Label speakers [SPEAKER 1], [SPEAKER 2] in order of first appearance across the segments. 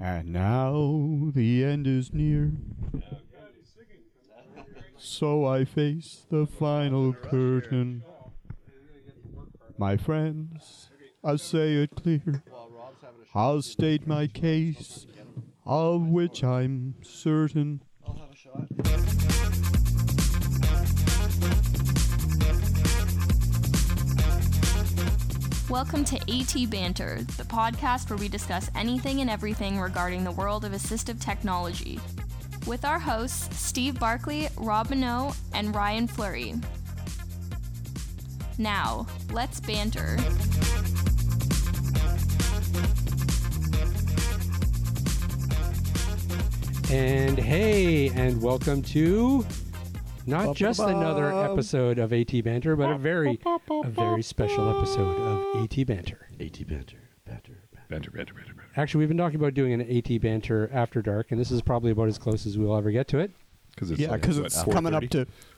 [SPEAKER 1] And now the end is near. So I face the final curtain. My friends, I say it clear. I'll state my case, of which I'm certain.
[SPEAKER 2] Welcome to AT Banter, the podcast where we discuss anything and everything regarding the world of assistive technology. With our hosts, Steve Barkley, Rob Minot, and Ryan Fleury. Now, let's banter.
[SPEAKER 3] And hey, and welcome to not just another episode of AT Banter, but a very, a very special episode of AT Banter.
[SPEAKER 4] AT banter, banter, banter.
[SPEAKER 5] Banter, banter, banter, banter.
[SPEAKER 3] Actually, we've been talking about doing an AT Banter after dark, and this is probably about as close as we'll ever get to it.
[SPEAKER 5] Because it's
[SPEAKER 1] Yeah,
[SPEAKER 5] like,
[SPEAKER 1] because
[SPEAKER 5] what,
[SPEAKER 1] it's coming up
[SPEAKER 5] 4:30?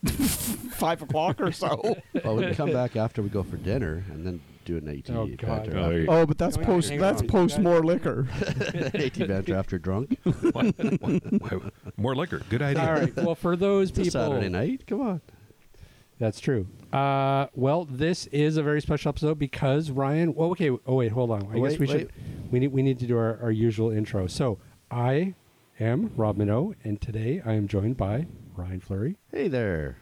[SPEAKER 1] to five o'clock or so.
[SPEAKER 4] Well, we can come back after we go for dinner and then do an AT
[SPEAKER 3] Oh, God.
[SPEAKER 4] banter.
[SPEAKER 5] Oh, there you go.
[SPEAKER 1] Oh, but that's
[SPEAKER 3] Hang
[SPEAKER 1] post.
[SPEAKER 3] on,
[SPEAKER 1] That's
[SPEAKER 3] hang on.
[SPEAKER 1] post more liquor.
[SPEAKER 4] after, AT banter after drunk.
[SPEAKER 5] Why- why- why- More liquor. Good idea.
[SPEAKER 3] All right. Well, for those
[SPEAKER 4] It's a
[SPEAKER 3] people,
[SPEAKER 4] Saturday night. Come on.
[SPEAKER 3] That's true. Uh, well, this is a very special episode because Ryan. Well, okay. Oh wait, hold on. I guess
[SPEAKER 4] Wait,
[SPEAKER 3] we should. We need we need to do our, our usual intro. So I am Rob Minot, and today I am joined by Ryan Flurry.
[SPEAKER 4] Hey there.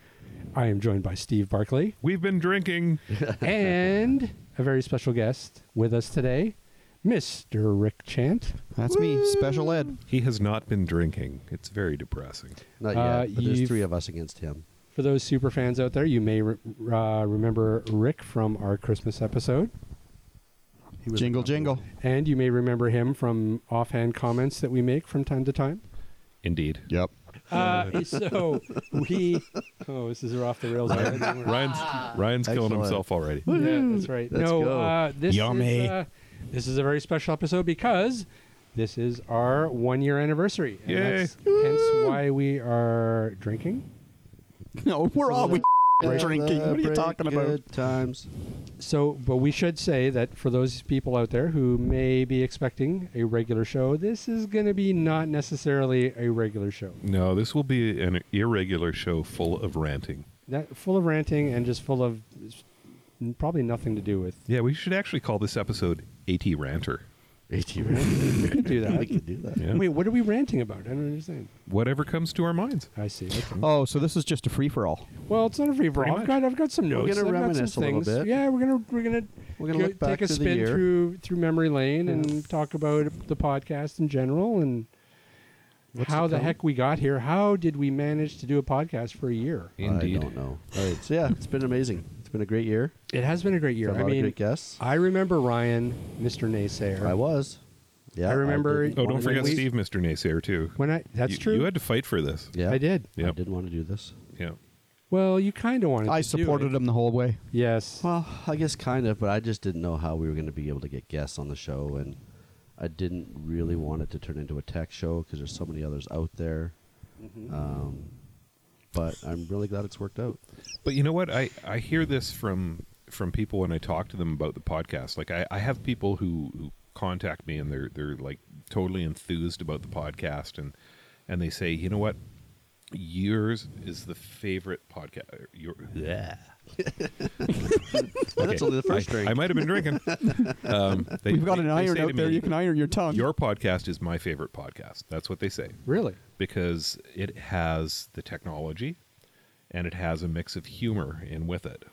[SPEAKER 3] I am joined by Steve Barkley
[SPEAKER 5] We've been drinking.
[SPEAKER 3] and a very special guest with us today, Mr. Rick Chant.
[SPEAKER 1] That's me, special ed.
[SPEAKER 5] He has not been drinking. It's very depressing.
[SPEAKER 4] Not yet,
[SPEAKER 3] Uh,
[SPEAKER 4] but there's
[SPEAKER 3] you've-
[SPEAKER 4] three of us against him.
[SPEAKER 3] For those super fans out there, you may re- uh, remember Rick from our Christmas episode.
[SPEAKER 4] He was
[SPEAKER 1] Jingle, jingle.
[SPEAKER 3] And you may remember him from offhand comments that we make from time to time.
[SPEAKER 5] Indeed.
[SPEAKER 1] Yep.
[SPEAKER 3] Uh, so we. Oh, this is we're off the rails already. We're-
[SPEAKER 5] Ryan's Ryan's killing
[SPEAKER 4] Excellent.
[SPEAKER 5] himself already.
[SPEAKER 3] yeah, that's right.
[SPEAKER 4] Let's
[SPEAKER 3] no,
[SPEAKER 4] go.
[SPEAKER 3] Uh, this
[SPEAKER 5] Yummy.
[SPEAKER 3] is uh, this is a very special episode because this is our one year anniversary. And
[SPEAKER 5] Yay.
[SPEAKER 3] that's hence why we are drinking.
[SPEAKER 1] No, we're all we drinking. What are you
[SPEAKER 4] Celebrate
[SPEAKER 1] talking about?
[SPEAKER 4] Good times.
[SPEAKER 3] So, but we should say that for those people out there who may be expecting a regular show, this is going to be not necessarily a regular show.
[SPEAKER 5] No, this will be an irregular show full of ranting.
[SPEAKER 3] That full of ranting and just full of s- probably nothing to do with.
[SPEAKER 5] Yeah, we should actually call this episode AT Ranter.
[SPEAKER 4] AT banter.
[SPEAKER 3] We could do that.
[SPEAKER 4] we could do that.
[SPEAKER 5] Yeah.
[SPEAKER 3] Wait, what are we ranting about? I don't understand.
[SPEAKER 5] Whatever comes to our minds.
[SPEAKER 3] I see. Okay.
[SPEAKER 1] Oh, so this is just a free for all.
[SPEAKER 3] Well, it's not a free for all.
[SPEAKER 5] Pretty
[SPEAKER 3] I've
[SPEAKER 5] much.
[SPEAKER 3] got I've got some
[SPEAKER 4] We're
[SPEAKER 3] notes.
[SPEAKER 4] gonna
[SPEAKER 3] I've got some
[SPEAKER 4] reminisce a little
[SPEAKER 3] things.
[SPEAKER 4] bit.
[SPEAKER 3] Yeah, we're gonna we're gonna
[SPEAKER 4] We're gonna
[SPEAKER 3] go-
[SPEAKER 4] look back
[SPEAKER 3] take a
[SPEAKER 4] to the
[SPEAKER 3] spin
[SPEAKER 4] year. Mm-hmm.
[SPEAKER 3] through through memory lane and talk about the podcast in general and
[SPEAKER 4] What's
[SPEAKER 3] how
[SPEAKER 4] to
[SPEAKER 3] the
[SPEAKER 4] come?
[SPEAKER 3] heck we got here. How did we manage to do a podcast for a year?
[SPEAKER 5] Indeed.
[SPEAKER 4] I don't know. All right. So yeah, it's been amazing. It's been a great year.
[SPEAKER 3] It has been a great year.
[SPEAKER 4] Got a
[SPEAKER 3] I
[SPEAKER 4] lot of
[SPEAKER 3] mean,
[SPEAKER 4] great guests.
[SPEAKER 3] I remember Ryan, Mr. Naysayer.
[SPEAKER 4] I was. Yeah.
[SPEAKER 3] I remember-
[SPEAKER 4] didn't
[SPEAKER 5] Oh,
[SPEAKER 4] wanna
[SPEAKER 5] don't
[SPEAKER 4] do
[SPEAKER 5] forget
[SPEAKER 4] this.
[SPEAKER 5] Steve, Mr. Naysayer, too.
[SPEAKER 3] when I that's
[SPEAKER 5] You-
[SPEAKER 3] true.
[SPEAKER 5] You had to fight for this.
[SPEAKER 4] Yeah.
[SPEAKER 3] I did.
[SPEAKER 4] I
[SPEAKER 5] Yep.
[SPEAKER 4] didn't want to do this.
[SPEAKER 5] Yeah.
[SPEAKER 3] Well, you kind of wanted.
[SPEAKER 1] I
[SPEAKER 3] to do
[SPEAKER 1] supported
[SPEAKER 3] it.
[SPEAKER 1] him the whole way.
[SPEAKER 3] Yes.
[SPEAKER 4] Well, I guess kind of, but I just didn't know how we were going to be able to get guests on the show, and I didn't really want it to turn into a tech show because there's so many others out there. Um, but I'm really glad it's worked out.
[SPEAKER 5] But you know what? I, I hear this from from people when I talk to them about the podcast. Like I, I have people who, who contact me and they're they're like totally enthused about the podcast and and they say, you know what? Yours is the favorite podcast. Your, yeah.
[SPEAKER 4] That's only the first drink.
[SPEAKER 5] I might have been drinking. um, they,
[SPEAKER 1] We've got
[SPEAKER 5] they-
[SPEAKER 1] an
[SPEAKER 5] they
[SPEAKER 1] iron
[SPEAKER 5] say to
[SPEAKER 1] out there.
[SPEAKER 5] me,
[SPEAKER 1] You can iron your tongue.
[SPEAKER 5] Your podcast is my favorite podcast. That's what they say
[SPEAKER 3] really.
[SPEAKER 5] because it has the technology and it has a mix of humor in with it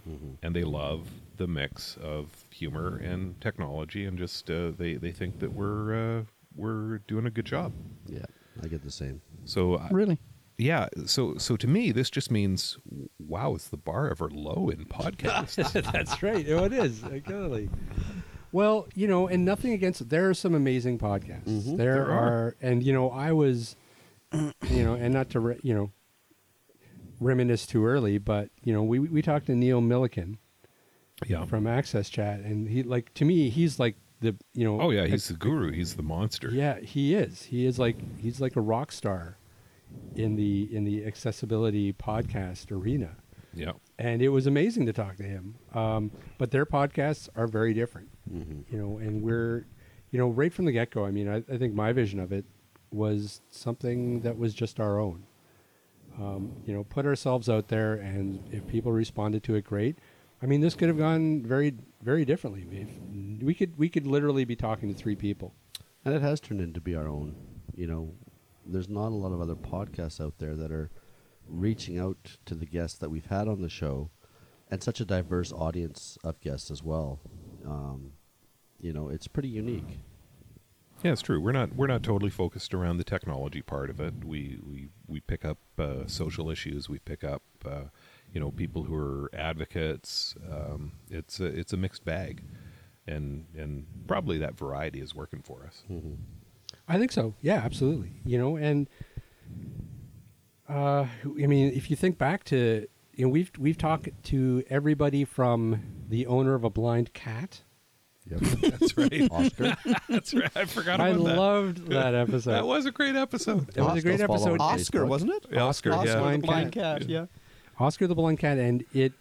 [SPEAKER 5] and they love the mix of humor and technology and just uh, they they think that we're uh, we're doing a good job
[SPEAKER 4] yeah, I get the same.
[SPEAKER 5] so I-
[SPEAKER 1] really?
[SPEAKER 5] yeah so so to me this just means wow is the bar ever low in podcasts
[SPEAKER 3] That's right. Oh, it is. Exactly. Well, you know, and nothing against there are some amazing podcasts. There,
[SPEAKER 5] Mm-hmm. There
[SPEAKER 3] are.
[SPEAKER 5] are.
[SPEAKER 3] and you know, I was you know, and not to re, you know reminisce too early, but you know, we we talked to Neil Milliken
[SPEAKER 5] yeah
[SPEAKER 3] from Access Chat and he like to me he's like the you know
[SPEAKER 5] oh yeah he's the guru he's the monster
[SPEAKER 3] yeah, he is. He is like he's like a rock star in the in the accessibility podcast arena
[SPEAKER 5] yeah
[SPEAKER 3] and it was amazing to talk to him. Um, but their podcasts are very different, you know, and we're, you you know, right from the get go, I mean, I, I think my vision of it was something that was just our own. Um, you know, put ourselves out there, and if people responded to it, great. I mean, this could have gone very, very differently. If we could, we could literally be talking to three people.
[SPEAKER 4] And it has turned into be our own. You know, there's not a lot of other podcasts out there that are reaching out to the guests that we've had on the show, and such a diverse audience of guests as well. Um, you know, it's pretty unique.
[SPEAKER 5] Yeah, it's true. We're not we're not totally focused around the technology part of it. We we we pick up uh, social issues. We pick up uh, you know people who are advocates. Um, it's a, it's a mixed bag, and and probably that variety is working for us.
[SPEAKER 3] I think so. Yeah, absolutely. You know, and uh, I mean, if you think back to you know, we've we've talked to everybody from the owner of a blind cat.
[SPEAKER 4] Yep.
[SPEAKER 5] That's right.
[SPEAKER 4] Oscar.
[SPEAKER 5] That's right. I forgot
[SPEAKER 3] I
[SPEAKER 5] about that.
[SPEAKER 3] loved that episode.
[SPEAKER 5] that was a great episode.
[SPEAKER 3] That was a great
[SPEAKER 4] Those follow
[SPEAKER 3] episode.
[SPEAKER 4] on
[SPEAKER 1] Oscar,
[SPEAKER 4] Facebook.
[SPEAKER 1] wasn't it?
[SPEAKER 5] Yeah, Oscar,
[SPEAKER 1] Oscar
[SPEAKER 5] yeah.
[SPEAKER 1] the
[SPEAKER 3] Blind
[SPEAKER 1] blind
[SPEAKER 5] Cat.
[SPEAKER 1] cat. Yeah.
[SPEAKER 3] Oscar the Blind Cat, and it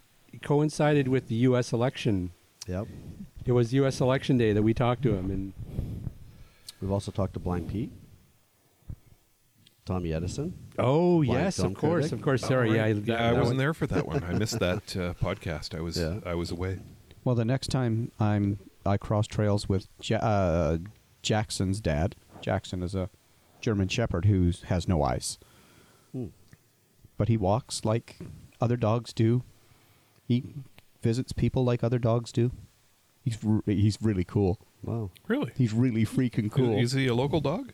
[SPEAKER 3] coincided with the U.S. election.
[SPEAKER 4] Yep.
[SPEAKER 3] It was U.S. election day that we talked to him, and
[SPEAKER 4] We've also talked to Blind Pete, Tommy Edison.
[SPEAKER 3] oh
[SPEAKER 4] Blind
[SPEAKER 3] yes, of
[SPEAKER 4] film
[SPEAKER 3] course,
[SPEAKER 4] critic.
[SPEAKER 3] of course. Sorry, yeah, that-
[SPEAKER 5] Yeah, I
[SPEAKER 3] that
[SPEAKER 5] wasn't
[SPEAKER 3] was-
[SPEAKER 5] there for that one. I missed that uh, podcast. I was
[SPEAKER 4] Yeah.
[SPEAKER 5] I was away.
[SPEAKER 1] Well, the next time I'm I cross trails with ja- uh, Jackson's dad. Jackson is a German Shepherd who has no eyes,
[SPEAKER 4] Hmm.
[SPEAKER 1] but he walks like other dogs do. He visits people like other dogs do. He's re- he's really cool.
[SPEAKER 4] Wow.
[SPEAKER 5] Really?
[SPEAKER 1] He's really freaking cool.
[SPEAKER 5] Is he a local dog?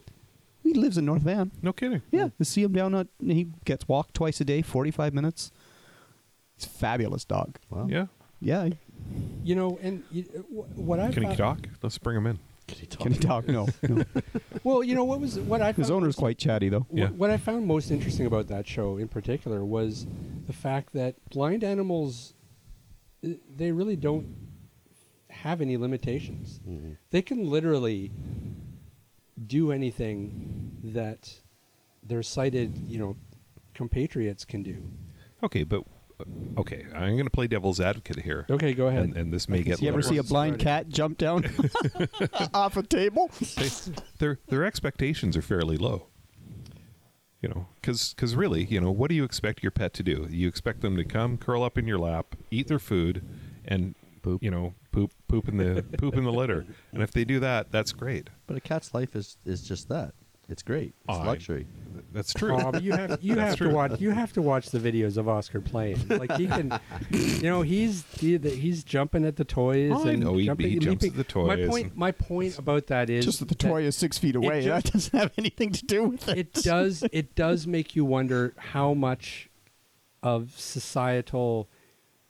[SPEAKER 1] he lives in North Van.
[SPEAKER 5] No kidding.
[SPEAKER 1] Yeah, you see him down. At, he gets walked twice a day, forty-five minutes. He's a fabulous dog.
[SPEAKER 4] Wow.
[SPEAKER 5] Yeah.
[SPEAKER 1] Yeah, he-
[SPEAKER 3] you know, and you, wh- what I
[SPEAKER 5] Can he
[SPEAKER 3] found-
[SPEAKER 5] talk? Let's bring him in.
[SPEAKER 4] Can he talk?
[SPEAKER 1] can he talk? No, no.
[SPEAKER 3] Well, you know what was what I
[SPEAKER 1] His
[SPEAKER 3] found
[SPEAKER 1] owner's quite chatty though.
[SPEAKER 3] Wh-
[SPEAKER 5] Yeah.
[SPEAKER 3] What I found most interesting about that show in particular was the fact that blind animals, i- they really don't have any limitations.
[SPEAKER 4] Mhm.
[SPEAKER 3] They can literally do anything that their sighted, you know, compatriots can do.
[SPEAKER 5] Okay, but uh, okay, I'm going to play devil's advocate here.
[SPEAKER 3] Okay, go ahead.
[SPEAKER 5] And, and this may
[SPEAKER 3] I can
[SPEAKER 5] get
[SPEAKER 3] see
[SPEAKER 1] You ever
[SPEAKER 3] Whatever.
[SPEAKER 1] see a
[SPEAKER 5] lower.
[SPEAKER 1] blind cat jump down off a table?
[SPEAKER 5] their their expectations are fairly low. You know, because really, you know, what do you expect your pet to do? You expect them to come, curl up in your lap, eat their food, and
[SPEAKER 4] Poop.
[SPEAKER 5] You know, poop poop in the poop in the litter. And if they do that, that's great.
[SPEAKER 4] But a cat's life is, is just that. It's great. It's
[SPEAKER 5] I-
[SPEAKER 4] luxury.
[SPEAKER 5] That's true.
[SPEAKER 3] Bob, you have you
[SPEAKER 5] That's
[SPEAKER 3] have
[SPEAKER 5] true.
[SPEAKER 3] to watch you have to watch the videos of Oscar playing. Like he can, you know, he's he, the, he's jumping at the toys.
[SPEAKER 5] Oh, I
[SPEAKER 3] and
[SPEAKER 5] know he-
[SPEAKER 3] jumping,
[SPEAKER 5] he jumps
[SPEAKER 3] leaping.
[SPEAKER 5] at the
[SPEAKER 3] My
[SPEAKER 5] toys
[SPEAKER 3] point
[SPEAKER 5] and-
[SPEAKER 3] my point about that is
[SPEAKER 1] Just that the
[SPEAKER 3] that-
[SPEAKER 1] toy is six feet away.
[SPEAKER 3] just-
[SPEAKER 1] that doesn't have anything to do with it.
[SPEAKER 3] it does it does make you wonder how much of societal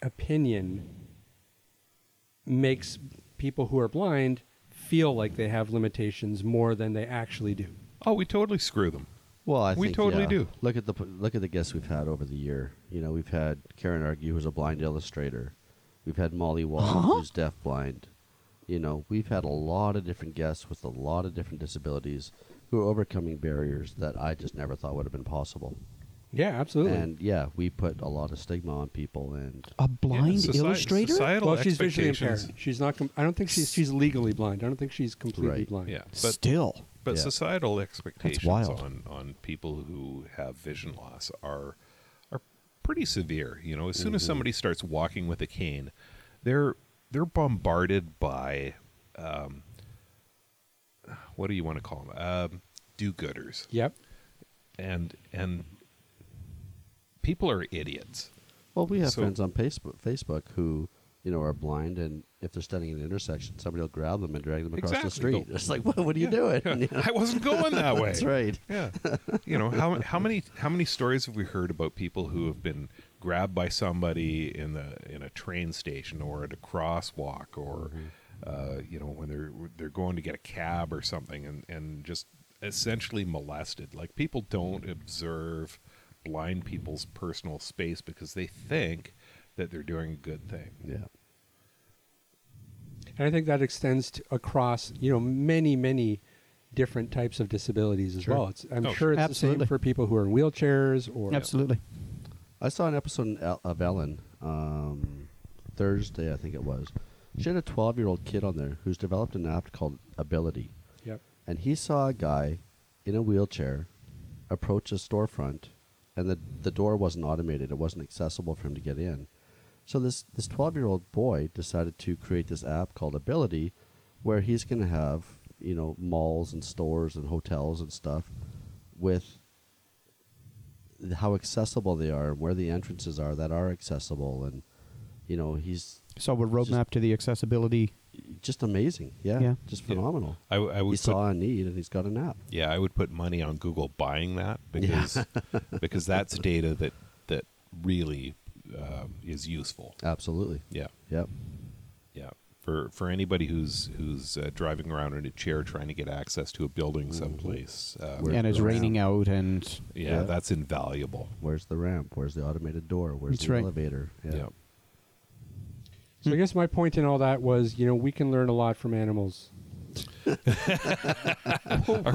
[SPEAKER 3] opinion makes people who are blind feel like they have limitations more than they actually do.
[SPEAKER 5] Oh, we totally screw them.
[SPEAKER 4] Well, I
[SPEAKER 5] We
[SPEAKER 4] think,
[SPEAKER 5] totally
[SPEAKER 4] yeah.
[SPEAKER 5] do.
[SPEAKER 4] Look at the p- look at the guests we've had over the year. You know, we've had Karen Argue, who's a blind illustrator. We've had Molly Wall, who's deafblind. You know, we've had a lot of different guests with a lot of different disabilities who are overcoming barriers that I just never thought would have been possible.
[SPEAKER 3] Yeah, absolutely.
[SPEAKER 4] And yeah, we put a lot of stigma on people, and
[SPEAKER 1] A
[SPEAKER 5] Yeah,
[SPEAKER 1] blind
[SPEAKER 5] soci-
[SPEAKER 1] illustrator?
[SPEAKER 5] Societal
[SPEAKER 3] well, she's visually
[SPEAKER 5] expectations-
[SPEAKER 3] impaired. She's not. Com- I don't think she's. She's legally blind. I don't think she's completely
[SPEAKER 4] Right.
[SPEAKER 3] blind.
[SPEAKER 5] Yeah, but
[SPEAKER 1] Still.
[SPEAKER 5] But
[SPEAKER 4] Yeah.
[SPEAKER 5] societal expectations
[SPEAKER 1] wild.
[SPEAKER 5] on on people who have vision loss are are pretty severe. You know, as soon as
[SPEAKER 4] Mm-hmm.
[SPEAKER 5] somebody starts walking with a cane, they're they're bombarded by um, what do you want to call them? Um, do-gooders,
[SPEAKER 3] Yep.
[SPEAKER 5] and and people are idiots.
[SPEAKER 4] well, we have
[SPEAKER 5] So-
[SPEAKER 4] friends on Facebook, Facebook who you know are blind, and if they're standing at an intersection, somebody will grab them and drag them across the
[SPEAKER 5] Exactly.
[SPEAKER 4] street. It's like, what, what are you doing? You know?
[SPEAKER 5] I wasn't going that way.
[SPEAKER 4] That's right.
[SPEAKER 5] Yeah. You know, how how many how many stories have we heard about people who have been grabbed by somebody in the in a train station or at a crosswalk or uh, you know, when they're they're going to get a cab or something and and just essentially molested. Like people don't observe blind people's personal space because they think that they're doing a good thing.
[SPEAKER 4] Yeah.
[SPEAKER 3] And I think that extends to across, you know, many, many different types of disabilities as
[SPEAKER 5] Sure.
[SPEAKER 3] well. It's, I'm
[SPEAKER 5] Oh,
[SPEAKER 3] sure it's the
[SPEAKER 1] Absolutely.
[SPEAKER 3] same for people who are in wheelchairs or
[SPEAKER 1] Absolutely.
[SPEAKER 4] I saw an episode in El- of Ellen um, Thursday, I think it was. She had a 12 year old kid on there who's developed an app called Ability, and he saw a guy in a wheelchair approach a storefront, and the the door wasn't automated; it wasn't accessible for him to get in. So this this twelve year old boy decided to create this app called Ability, where he's going to have you know malls and stores and hotels and stuff with th- how accessible they are, where the entrances are that are accessible, and you know he's
[SPEAKER 6] So a roadmap
[SPEAKER 4] Just-
[SPEAKER 6] to the accessibility.
[SPEAKER 4] just amazing. Yeah,
[SPEAKER 6] Yeah.
[SPEAKER 4] just
[SPEAKER 5] Yeah.
[SPEAKER 4] phenomenal.
[SPEAKER 5] I, w- I
[SPEAKER 4] He
[SPEAKER 5] would put,
[SPEAKER 4] saw a need and he's got an app.
[SPEAKER 5] yeah, I would put money on Google buying that because because that's data that that really uh, is useful.
[SPEAKER 4] Absolutely.
[SPEAKER 5] Yeah,
[SPEAKER 4] Yep.
[SPEAKER 5] yeah. For for anybody who's who's uh, driving around in a chair trying to get access to a building someplace, uh,
[SPEAKER 4] Where-
[SPEAKER 6] and it's
[SPEAKER 4] where-
[SPEAKER 6] raining out, and
[SPEAKER 5] yeah,
[SPEAKER 4] yeah.
[SPEAKER 5] that's invaluable.
[SPEAKER 4] Where's the ramp? Where's the automated door? Where's
[SPEAKER 6] That's
[SPEAKER 4] the
[SPEAKER 6] right.
[SPEAKER 4] elevator? Yeah.
[SPEAKER 5] Yeah.
[SPEAKER 3] So I guess my point in all that was, you know, we can learn a lot from animals.
[SPEAKER 5] Are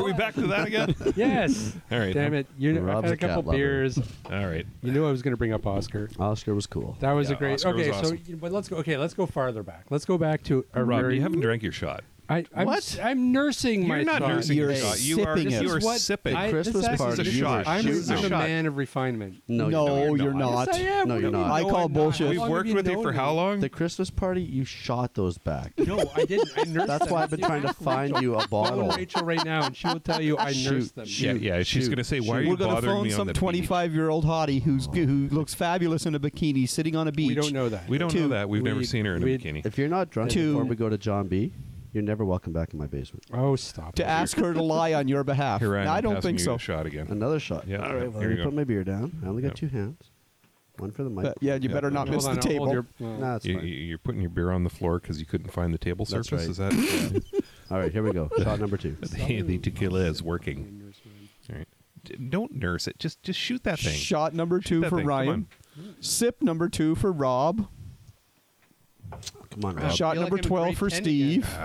[SPEAKER 5] we back to that again?
[SPEAKER 3] yes.
[SPEAKER 5] All right.
[SPEAKER 3] Damn it! You I've
[SPEAKER 4] Rob's
[SPEAKER 3] had
[SPEAKER 4] a
[SPEAKER 3] a couple
[SPEAKER 4] cat lover.
[SPEAKER 3] beers.
[SPEAKER 5] All right.
[SPEAKER 3] You knew I was going to bring up Oscar.
[SPEAKER 4] Oscar was cool.
[SPEAKER 3] That was
[SPEAKER 5] Yeah,
[SPEAKER 3] a great.
[SPEAKER 5] Oscar was
[SPEAKER 3] okay,
[SPEAKER 5] awesome.
[SPEAKER 3] so you- but let's go. Okay, let's go farther back. Let's go back to a
[SPEAKER 5] Rob,
[SPEAKER 3] very-
[SPEAKER 5] you haven't drank your shot.
[SPEAKER 3] I, I'm,
[SPEAKER 6] What?
[SPEAKER 3] I'm nursing my.
[SPEAKER 5] You're not
[SPEAKER 3] thought.
[SPEAKER 5] nursing your
[SPEAKER 6] You're
[SPEAKER 5] shot. You are
[SPEAKER 6] sipping it.
[SPEAKER 5] you are
[SPEAKER 3] This is what
[SPEAKER 5] sipping.
[SPEAKER 3] I-
[SPEAKER 4] Christmas
[SPEAKER 3] this is-
[SPEAKER 4] party,
[SPEAKER 5] This is a
[SPEAKER 4] you
[SPEAKER 5] shot.
[SPEAKER 4] were
[SPEAKER 3] I'm,
[SPEAKER 5] This
[SPEAKER 4] shooting
[SPEAKER 5] is a
[SPEAKER 3] I'm a
[SPEAKER 5] shot.
[SPEAKER 3] man of refinement.
[SPEAKER 4] No,
[SPEAKER 6] No,
[SPEAKER 4] you
[SPEAKER 6] you're not.
[SPEAKER 3] Yes, I am.
[SPEAKER 4] No,
[SPEAKER 3] What
[SPEAKER 4] you're
[SPEAKER 3] do you
[SPEAKER 4] not.
[SPEAKER 3] know
[SPEAKER 6] I call
[SPEAKER 3] I'm not?
[SPEAKER 6] bullshit.
[SPEAKER 3] How
[SPEAKER 5] We've
[SPEAKER 3] long have
[SPEAKER 5] worked
[SPEAKER 3] you
[SPEAKER 5] with you
[SPEAKER 3] known
[SPEAKER 5] for
[SPEAKER 3] me?
[SPEAKER 5] how long?
[SPEAKER 4] The Christmas party, you shot those back.
[SPEAKER 3] No, I didn't. I nursed
[SPEAKER 4] That's
[SPEAKER 3] them.
[SPEAKER 4] why I've been trying to find you a
[SPEAKER 3] Phone
[SPEAKER 4] bottle.
[SPEAKER 3] Rachel right now, and she will tell you I
[SPEAKER 4] Shoot,
[SPEAKER 3] nursed them.
[SPEAKER 5] yeah, yeah. She's
[SPEAKER 4] shoot,
[SPEAKER 5] gonna say, "Why are
[SPEAKER 4] shoot.
[SPEAKER 5] you
[SPEAKER 6] we're gonna
[SPEAKER 5] bothering
[SPEAKER 6] phone
[SPEAKER 5] me on
[SPEAKER 6] some
[SPEAKER 5] the beach?"
[SPEAKER 6] 25 year old hottie who's who looks fabulous in a bikini sitting on a beach.
[SPEAKER 3] We don't know that.
[SPEAKER 5] We don't know
[SPEAKER 6] Two.
[SPEAKER 5] that. We've never
[SPEAKER 3] We-
[SPEAKER 5] seen her in a
[SPEAKER 3] we-
[SPEAKER 5] bikini.
[SPEAKER 4] If you're not drunk
[SPEAKER 6] Two.
[SPEAKER 4] before we go to John B, you're never welcome back in my basement.
[SPEAKER 3] Oh, stop.
[SPEAKER 6] To
[SPEAKER 3] it.
[SPEAKER 6] ask her to lie on your behalf.
[SPEAKER 5] Here
[SPEAKER 6] I don't think so.
[SPEAKER 5] A shot again.
[SPEAKER 4] Another shot.
[SPEAKER 5] Yeah,
[SPEAKER 4] All
[SPEAKER 5] yeah,
[SPEAKER 4] right, well,
[SPEAKER 5] here
[SPEAKER 4] let
[SPEAKER 5] you
[SPEAKER 4] me
[SPEAKER 5] go.
[SPEAKER 4] put my beer down. I only got
[SPEAKER 5] Yeah.
[SPEAKER 4] two hands. One for the mic.
[SPEAKER 6] But, yeah, you
[SPEAKER 5] Yeah,
[SPEAKER 6] better not
[SPEAKER 5] no,
[SPEAKER 6] miss
[SPEAKER 3] Hold
[SPEAKER 6] the
[SPEAKER 3] on, I'll hold
[SPEAKER 6] table.
[SPEAKER 3] your- well,
[SPEAKER 4] Nah, it's
[SPEAKER 5] You,
[SPEAKER 4] fine.
[SPEAKER 5] you're putting your beer on the floor because you couldn't find the table
[SPEAKER 4] That's
[SPEAKER 5] surface.
[SPEAKER 4] right.
[SPEAKER 5] Is that
[SPEAKER 4] All right, here we go. Shot number two.
[SPEAKER 5] the, the tequila is working?
[SPEAKER 3] Nurse mine.
[SPEAKER 5] All right. D- Don't nurse it. Just just shoot that thing.
[SPEAKER 6] Shot number two
[SPEAKER 5] that
[SPEAKER 6] for
[SPEAKER 5] thing. Come
[SPEAKER 6] Ryan.
[SPEAKER 5] on.
[SPEAKER 6] Sip number two for Rob.
[SPEAKER 4] Come on, Rob.
[SPEAKER 6] Shot
[SPEAKER 3] feel like
[SPEAKER 6] number
[SPEAKER 3] I'm in
[SPEAKER 6] 12
[SPEAKER 3] grade
[SPEAKER 6] for
[SPEAKER 3] 10
[SPEAKER 6] Steve.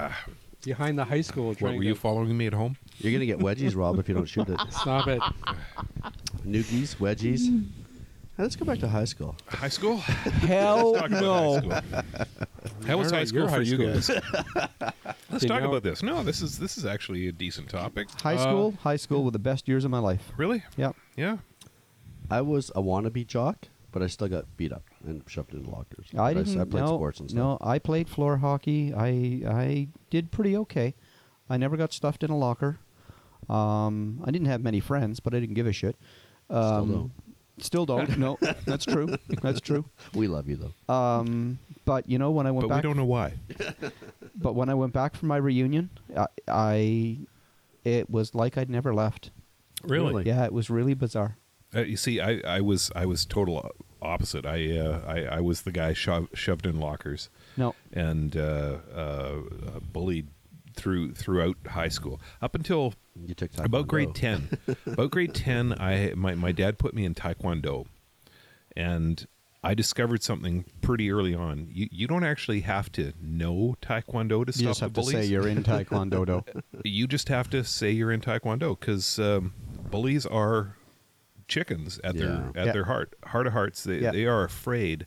[SPEAKER 3] Behind the high school.
[SPEAKER 5] What,
[SPEAKER 3] trying
[SPEAKER 5] were
[SPEAKER 3] to-
[SPEAKER 5] you following me at home?
[SPEAKER 4] You're gonna get wedgies, Rob, if you don't shoot it.
[SPEAKER 3] Stop it.
[SPEAKER 4] Noogies, wedgies. Now, let's go back to high school.
[SPEAKER 5] High school?
[SPEAKER 6] Hell
[SPEAKER 5] Uh, Talk about
[SPEAKER 6] no.
[SPEAKER 5] high school. How was
[SPEAKER 3] Remember
[SPEAKER 5] high school
[SPEAKER 3] your
[SPEAKER 5] for
[SPEAKER 3] high
[SPEAKER 5] you
[SPEAKER 3] school.
[SPEAKER 5] guys? Let's
[SPEAKER 3] You
[SPEAKER 5] talk
[SPEAKER 3] know-
[SPEAKER 5] about this. No, this is this is actually a decent topic.
[SPEAKER 6] High school, high school were the best years of my life.
[SPEAKER 5] Really?
[SPEAKER 6] Yep.
[SPEAKER 5] Yeah.
[SPEAKER 4] I was a wannabe jock, but I still got beat up and shoved into lockers.
[SPEAKER 6] I
[SPEAKER 4] But s-
[SPEAKER 6] didn't.
[SPEAKER 4] I played
[SPEAKER 6] no,
[SPEAKER 4] sports and
[SPEAKER 6] no,
[SPEAKER 4] stuff.
[SPEAKER 6] I played floor hockey. I I did pretty okay. I never got stuffed in a locker. Um, I didn't have many friends, but I didn't give a shit. Um,
[SPEAKER 4] don't.
[SPEAKER 6] Still don't. no, that's true. That's true.
[SPEAKER 4] We love you though.
[SPEAKER 6] Um, but you know when I went
[SPEAKER 5] But
[SPEAKER 6] back,
[SPEAKER 5] we don't know why.
[SPEAKER 6] but when I went back for my reunion, I, I it was like I'd never left.
[SPEAKER 4] Really?
[SPEAKER 6] Yeah, it was really bizarre.
[SPEAKER 5] Uh, you see, I, I was I was total opposite. I uh, I, I was the guy sho- shoved in lockers
[SPEAKER 6] No,
[SPEAKER 5] and uh, uh, uh, bullied through throughout high school up until
[SPEAKER 4] You took taekwondo.
[SPEAKER 5] about grade ten. about grade ten, I my, my dad put me in taekwondo, and I discovered something pretty early on. You you don't actually have to know taekwondo to
[SPEAKER 6] you
[SPEAKER 5] stop
[SPEAKER 6] just
[SPEAKER 5] the
[SPEAKER 6] have to
[SPEAKER 5] bullies
[SPEAKER 6] say you're in taekwondo. do.
[SPEAKER 5] you just have to say you're in taekwondo because um, bullies are chickens at their
[SPEAKER 4] Yeah.
[SPEAKER 5] at
[SPEAKER 6] Yeah.
[SPEAKER 5] their heart heart of hearts they,
[SPEAKER 6] Yeah.
[SPEAKER 5] they are afraid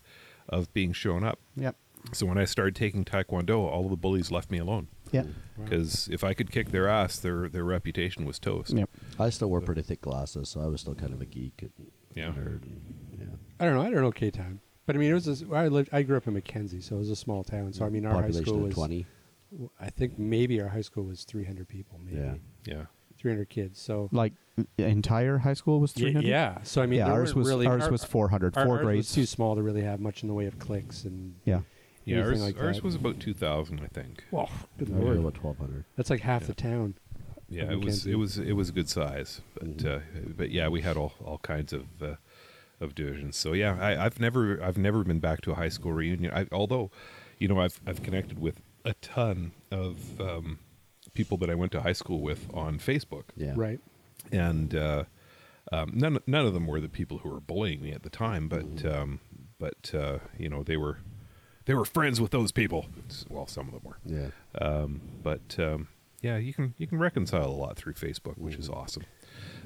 [SPEAKER 5] of being shown up
[SPEAKER 6] Yep.
[SPEAKER 5] so when i started taking taekwondo all of the bullies left me alone
[SPEAKER 6] Yeah.
[SPEAKER 5] because if i could kick their ass their their reputation was toast
[SPEAKER 6] Yep.
[SPEAKER 4] I still wore pretty thick glasses, so I was still kind of a geek. And
[SPEAKER 5] Yeah.
[SPEAKER 4] Nerd and, yeah.
[SPEAKER 3] I don't know. I had an okay time. But I mean, it was. A, I lived. I grew up in Mackenzie, so it was a small town. So I mean, our high
[SPEAKER 4] Population
[SPEAKER 3] school
[SPEAKER 4] of
[SPEAKER 3] was.
[SPEAKER 4] twenty.
[SPEAKER 3] I think maybe our high school was 300 people, maybe
[SPEAKER 4] Yeah.
[SPEAKER 5] yeah
[SPEAKER 3] 300 kids. So
[SPEAKER 6] Like the entire high school was
[SPEAKER 3] Y-
[SPEAKER 6] 300.
[SPEAKER 3] yeah. So I mean,
[SPEAKER 6] yeah,
[SPEAKER 3] there
[SPEAKER 6] ours
[SPEAKER 3] weren't
[SPEAKER 6] was
[SPEAKER 3] really,
[SPEAKER 6] ours
[SPEAKER 3] our-
[SPEAKER 6] was 400,
[SPEAKER 3] our-
[SPEAKER 6] four
[SPEAKER 3] ours
[SPEAKER 6] grades.
[SPEAKER 3] was too small to really have much in the way of clicks and
[SPEAKER 6] yeah.
[SPEAKER 5] yeah
[SPEAKER 3] Anything
[SPEAKER 5] ours,
[SPEAKER 3] like
[SPEAKER 5] ours
[SPEAKER 3] that.
[SPEAKER 5] was about 2000 i think
[SPEAKER 3] Well, good
[SPEAKER 4] We had
[SPEAKER 3] lord,
[SPEAKER 4] about twelve hundred.
[SPEAKER 3] that's like half the town.
[SPEAKER 5] yeah
[SPEAKER 3] Of
[SPEAKER 5] it was
[SPEAKER 3] Mackenzie.
[SPEAKER 5] it was it was a good size but uh, but yeah we had all all kinds of uh, of divisions so yeah I, i've never i've never been back to a high school reunion I, although you know i've i've connected with a ton of um, people that i went to high school with on facebook
[SPEAKER 4] Yeah.
[SPEAKER 3] Right.
[SPEAKER 5] and uh, um, none none of them were the people who were bullying me at the time, but um, but uh, you know they were they were friends with those people. S- Well, some of them were,
[SPEAKER 4] Yeah.
[SPEAKER 5] but um, yeah, you can you can reconcile a lot through Facebook, which is awesome.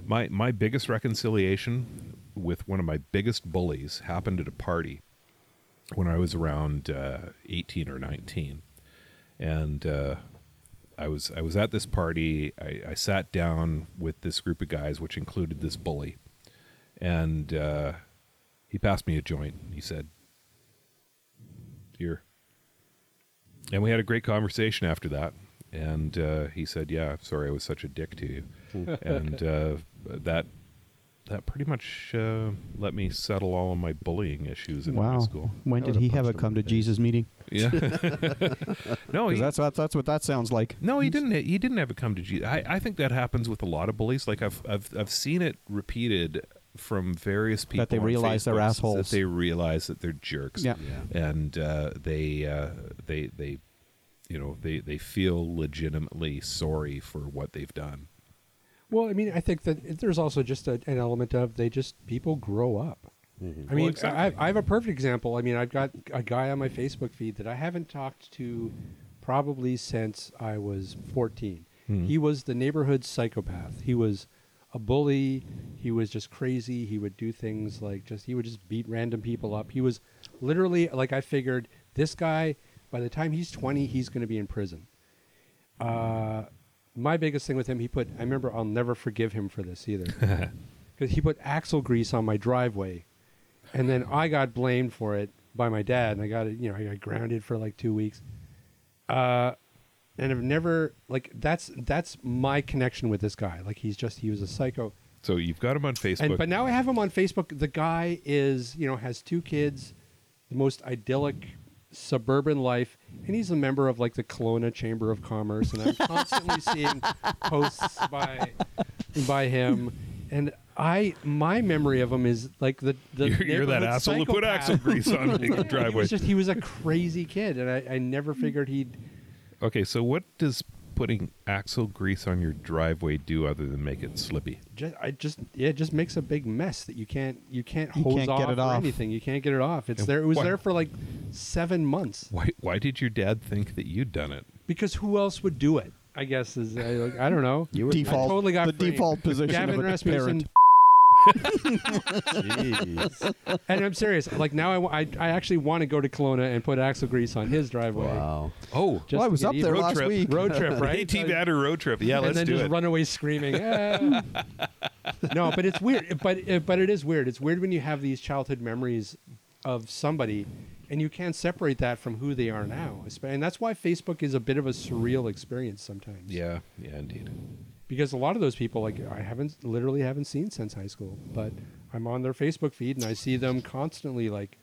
[SPEAKER 5] My my biggest reconciliation with one of my biggest bullies happened at a party when I was around uh, eighteen or nineteen, and uh, I was I was at this party. I, I sat down with this group of guys, which included this bully, and uh, he passed me a joint. He said, "Here." And we had a great conversation after that. And uh, he said, "Yeah, sorry, I was such a dick to you." and uh, that that pretty much uh, let me settle all of my bullying issues in high
[SPEAKER 6] Wow.
[SPEAKER 5] school.
[SPEAKER 6] When
[SPEAKER 4] I
[SPEAKER 6] did
[SPEAKER 4] would've
[SPEAKER 6] he have a
[SPEAKER 4] punched him
[SPEAKER 6] come
[SPEAKER 4] in
[SPEAKER 6] to
[SPEAKER 4] the face.
[SPEAKER 6] Jesus meeting?
[SPEAKER 5] Yeah.
[SPEAKER 3] Oh,
[SPEAKER 5] no, he,
[SPEAKER 6] Because that's, that's that's what that sounds like.
[SPEAKER 5] no, he didn't. e, He didn't ever come to Jesus. I, I think that happens with a lot of bullies. Like I've I've I've seen it repeated from various people
[SPEAKER 6] they
[SPEAKER 5] on
[SPEAKER 6] realize they're
[SPEAKER 5] Facebook,
[SPEAKER 6] assholes.
[SPEAKER 5] That they realize that they're jerks.
[SPEAKER 6] Yeah.
[SPEAKER 5] And uh, they uh, they they you know they they feel legitimately sorry for what they've done.
[SPEAKER 3] Well, I mean, I think that it- there's also just a, an element of they just people grow up. I mean,
[SPEAKER 5] exactly.
[SPEAKER 3] I, I have a perfect example. I mean, I've got a guy on my Facebook feed that I haven't talked to probably since I was 14. He was the neighborhood psychopath. He was a bully. He was just crazy. He would do things like just he would just beat random people up. He was literally like I figured this guy by the time he's 20, he's going to be in prison uh, my biggest thing with him, he put. I remember I'll never forgive him for this either, because he put axle grease on my driveway, and then I got blamed for it by my dad, and I got you know I got grounded for like two weeks. Uh, and I've never like that's that's my connection with this guy. Like he's just he was a psycho.
[SPEAKER 5] So you've got him on Facebook.
[SPEAKER 3] And but now I have him on Facebook. The guy is, you know, has two kids, the most idyllic suburban life, and he's a member of like the Kelowna Chamber of Commerce. And I'm constantly seeing posts by by him. And I my memory of him is like the the
[SPEAKER 5] you're, you're that
[SPEAKER 3] neighborhood
[SPEAKER 5] asshole who put
[SPEAKER 3] psychopath.
[SPEAKER 5] axle grease on the
[SPEAKER 3] He
[SPEAKER 5] driveway.
[SPEAKER 3] was just he was a crazy kid, and I, I never figured he'd.
[SPEAKER 5] Okay, so what does putting axle grease on your driveway do other than make it slippy?
[SPEAKER 3] Just, I just yeah, it just makes a big mess that you can't you can't
[SPEAKER 6] You
[SPEAKER 3] hose
[SPEAKER 6] can't
[SPEAKER 3] off
[SPEAKER 6] get it
[SPEAKER 3] or
[SPEAKER 6] off.
[SPEAKER 3] anything. You can't get it off. It's
[SPEAKER 5] And
[SPEAKER 3] there. It was
[SPEAKER 5] why-
[SPEAKER 3] there for like seven months
[SPEAKER 5] Why why did your dad think that you'd done it?
[SPEAKER 3] because who else would do it? I guess is I, like, I don't know.
[SPEAKER 4] You were
[SPEAKER 6] Default,
[SPEAKER 3] totally got
[SPEAKER 6] the
[SPEAKER 3] framed.
[SPEAKER 6] default position
[SPEAKER 3] Gavin
[SPEAKER 6] of a
[SPEAKER 3] Rasmussen.
[SPEAKER 6] parent.
[SPEAKER 4] Jeez.
[SPEAKER 3] And I'm serious. Like now, I, wa- I, I actually want to go to Kelowna and put axle grease on his driveway.
[SPEAKER 4] wow.
[SPEAKER 5] Oh,
[SPEAKER 3] Just
[SPEAKER 6] Well, I
[SPEAKER 3] to
[SPEAKER 6] was
[SPEAKER 3] get
[SPEAKER 6] up
[SPEAKER 3] even-
[SPEAKER 6] there
[SPEAKER 5] road
[SPEAKER 6] last
[SPEAKER 5] trip.
[SPEAKER 6] week.
[SPEAKER 3] Road trip, right?
[SPEAKER 5] hey, T
[SPEAKER 3] So-
[SPEAKER 5] Bad or road trip? Yeah,
[SPEAKER 3] and
[SPEAKER 5] let's
[SPEAKER 3] then
[SPEAKER 5] do
[SPEAKER 3] just
[SPEAKER 5] it.
[SPEAKER 3] run away screaming. "Ah." no, but it's weird. But uh, but it is weird. It's weird when you have these childhood memories of somebody, and you can't separate that from who they are now. Espe- And that's why Facebook is a bit of a surreal experience sometimes.
[SPEAKER 5] Yeah, yeah, indeed.
[SPEAKER 3] because a lot of those people like I haven't literally haven't seen since high school, but I'm on their Facebook feed and I see them constantly like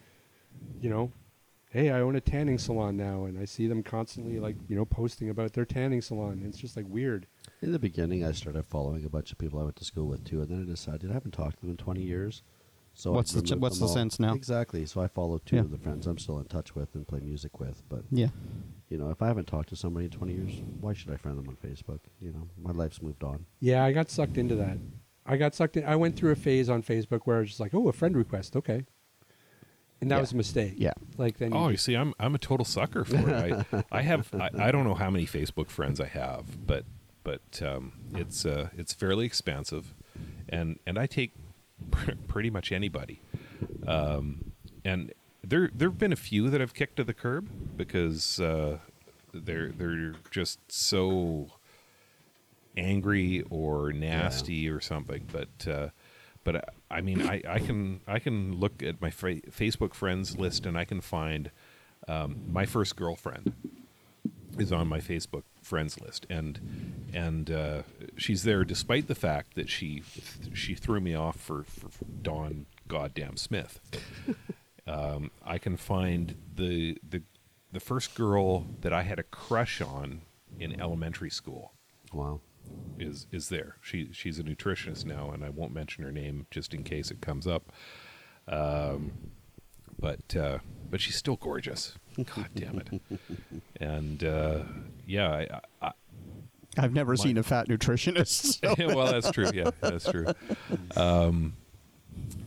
[SPEAKER 3] you know, hey, I own a tanning salon now and I see them constantly like, you know, posting about their tanning salon. It's just like weird.
[SPEAKER 4] In the beginning, I started following a bunch of people I went to school with too, and then I decided I haven't talked to them in 20
[SPEAKER 5] Mm-hmm.
[SPEAKER 4] years. So I
[SPEAKER 6] What's the ch-
[SPEAKER 4] removed
[SPEAKER 6] what's
[SPEAKER 4] them
[SPEAKER 6] the
[SPEAKER 4] all.
[SPEAKER 6] sense now?
[SPEAKER 4] Exactly. So I follow two
[SPEAKER 6] Yeah.
[SPEAKER 4] of the friends I'm still in touch with and play music with. But
[SPEAKER 6] Yeah.
[SPEAKER 4] you know, if I haven't talked to somebody in 20 years, why should I friend them on Facebook? You know, my life's moved on.
[SPEAKER 3] Yeah, I got sucked into that. I got sucked in I went through a phase on Facebook where I was just like, "Oh, a friend request, okay." And that
[SPEAKER 6] Yeah.
[SPEAKER 3] was a mistake.
[SPEAKER 6] Yeah.
[SPEAKER 3] Like then you
[SPEAKER 5] Oh, you
[SPEAKER 3] just-
[SPEAKER 5] see, I'm I'm a total sucker for it. I, I have I, I don't know how many Facebook friends I have, but but um, it's uh, it's fairly expansive, and and I take pr- pretty much anybody, um, and there there've been a few that I've kicked to the curb because uh, they're they're just so angry or nasty or something. But uh, but I, I mean, I, I can I can look at my fra- Facebook friends list and I can find um, my first girlfriend is on my Facebook friends list, and and uh, she's there despite the fact that she she threw me off for, for Don Goddamn Smith. um, I can find the the the first girl that I had a crush on in elementary school
[SPEAKER 4] Wow.
[SPEAKER 5] is is there. She she's a nutritionist now, and I won't mention her name just in case it comes up. Um, but uh, but she's still gorgeous. God damn it! And uh, yeah, I, I,
[SPEAKER 6] I've never seen a fat nutritionist. so-
[SPEAKER 5] well, that's true. Yeah, that's true. Um,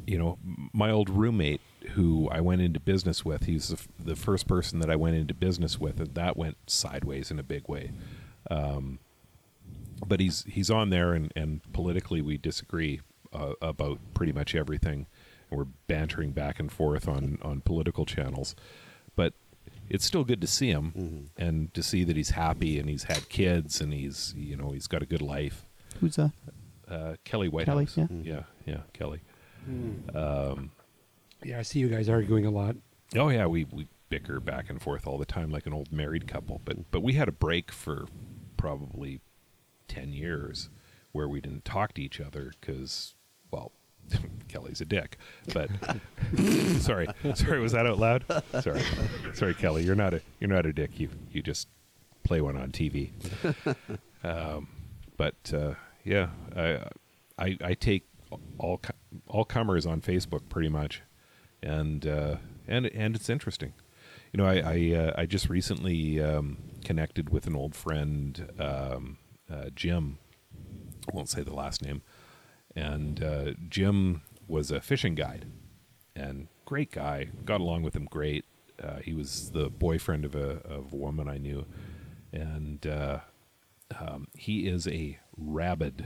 [SPEAKER 5] you know, m- my old roommate who I went into business with, he was the, f- the first person that I went into business with, and that went sideways in a big way. Um, but he's he's on there, and, and politically we disagree uh, about pretty much everything, and we're bantering back and forth on on political channels. But it's still good to see him
[SPEAKER 4] Mhm.
[SPEAKER 5] and to see that he's happy and he's had kids and he's you know he's got a good life.
[SPEAKER 6] Who's that?
[SPEAKER 5] Uh,
[SPEAKER 6] Kelly,
[SPEAKER 5] Kelly Whitehouse,
[SPEAKER 6] yeah.
[SPEAKER 5] yeah, yeah, Kelly.
[SPEAKER 3] Yeah, I see you guys arguing a lot.
[SPEAKER 5] Oh yeah, we we bicker back and forth all the time like an old married couple. But but we had a break for probably ten years where we didn't talk to each other because well, Kelly's a dick. But sorry, sorry, was that out loud? Sorry, sorry, Kelly, you're not a you're not a dick. You you just play one on TV. Um, but uh, yeah, I, I I take all co- all comers on Facebook pretty much, and uh, and and it's interesting. You know, I I, uh, I just recently um, connected with an old friend, um, uh, Jim. I won't say the last name, and uh, Jim was a fishing guide, and great guy. Got along with him great. Uh, he was the boyfriend of a of a woman I knew, and uh, um, he is a rabid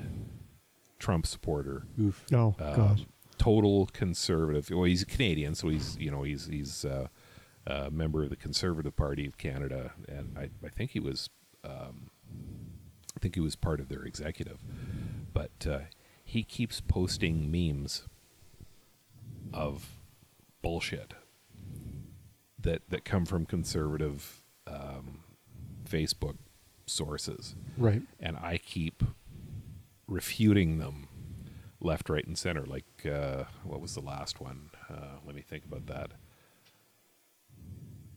[SPEAKER 5] Trump supporter
[SPEAKER 3] Oof.
[SPEAKER 1] Oh,
[SPEAKER 5] uh,
[SPEAKER 1] God.
[SPEAKER 5] total conservative. Well, he's a Canadian, so he's you know he's he's uh, a member of the Conservative Party of Canada, and I, I think he was um, I think he was part of their executive, but uh, he keeps posting memes of bullshit that that come from conservative um, Facebook sources
[SPEAKER 3] Right.
[SPEAKER 5] and I keep refuting them left, right, and center. Like, uh, what was the last one? Uh, let me think about that.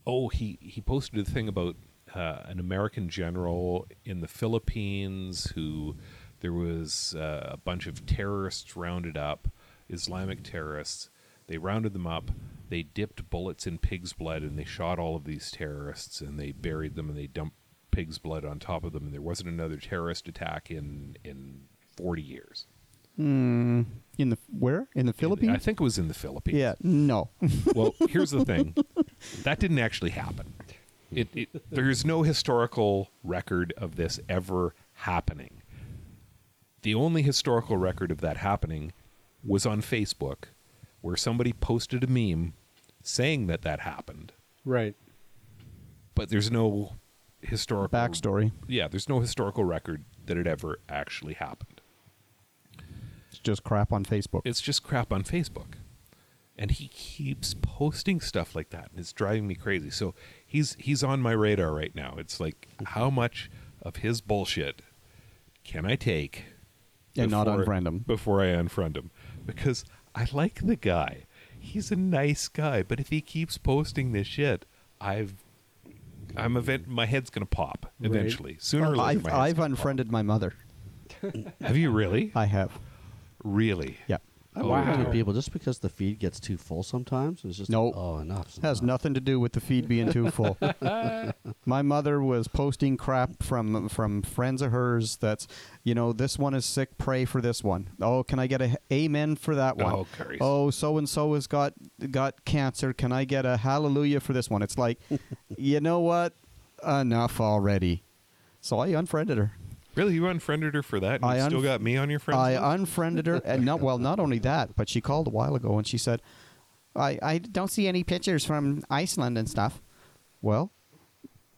[SPEAKER 5] Oh, he, he posted a thing about uh, an American general in the Philippines who there was uh, a bunch of terrorists rounded up, Islamic terrorists. They rounded them up. They dipped bullets in pig's blood and they shot all of these terrorists and they buried them and they dumped pig's blood on top of them. And there wasn't another terrorist attack in, in 40 years.
[SPEAKER 6] Mm, in the where? In the
[SPEAKER 5] In-
[SPEAKER 6] Philippines?
[SPEAKER 5] I think it was in the Philippines.
[SPEAKER 6] Yeah. No.
[SPEAKER 5] Well, here's the thing. That didn't actually happen. It, it, there's no historical record of this ever happening. The only historical record of that happening was on Facebook, where somebody posted a meme saying that that happened,
[SPEAKER 3] Right.
[SPEAKER 5] but there's no historical
[SPEAKER 6] Backstory.
[SPEAKER 5] Yeah, there's no historical record that it ever actually happened.
[SPEAKER 6] It's just crap on Facebook.
[SPEAKER 5] It's just crap on Facebook. And he keeps posting stuff like that, and it's driving me crazy. So he's he's on my radar right now. It's like how much of his bullshit can I take
[SPEAKER 6] and not
[SPEAKER 5] before-
[SPEAKER 6] unfriend them.
[SPEAKER 5] before I unfriend him because I like the guy. He's a nice guy, but if he keeps posting this shit, I've I'm event my head's gonna pop
[SPEAKER 3] Right.
[SPEAKER 5] eventually sooner or later.
[SPEAKER 6] I've,
[SPEAKER 5] my head's
[SPEAKER 6] I've
[SPEAKER 5] gonna
[SPEAKER 6] unfriended my mother.
[SPEAKER 5] pop. Have you really?
[SPEAKER 6] I have.
[SPEAKER 5] really?
[SPEAKER 6] Yeah.
[SPEAKER 4] I
[SPEAKER 5] Oh,
[SPEAKER 4] wonder
[SPEAKER 5] wow.
[SPEAKER 4] if people just because the feed gets too full sometimes. It's just
[SPEAKER 6] Nope.
[SPEAKER 4] oh enough.
[SPEAKER 6] Has
[SPEAKER 4] enough.
[SPEAKER 6] nothing to do with the feed being too full. my mother was posting crap from from friends of hers. That's you know this one is sick. Pray for this one. Oh, can I get a h- amen for that one?
[SPEAKER 5] Oh, Christ.
[SPEAKER 6] Oh, so and so has got got cancer. Can I get a hallelujah for this one? It's like, you know what? Enough already. So I unfriended her.
[SPEAKER 5] Really, you unfriended her for that? And
[SPEAKER 6] I
[SPEAKER 5] you still
[SPEAKER 6] unf-
[SPEAKER 5] got me on your friends? list?
[SPEAKER 6] I unfriended her, and not well. Not only that, but she called a while ago and she said, "I I don't see any pictures from Iceland and stuff." Well,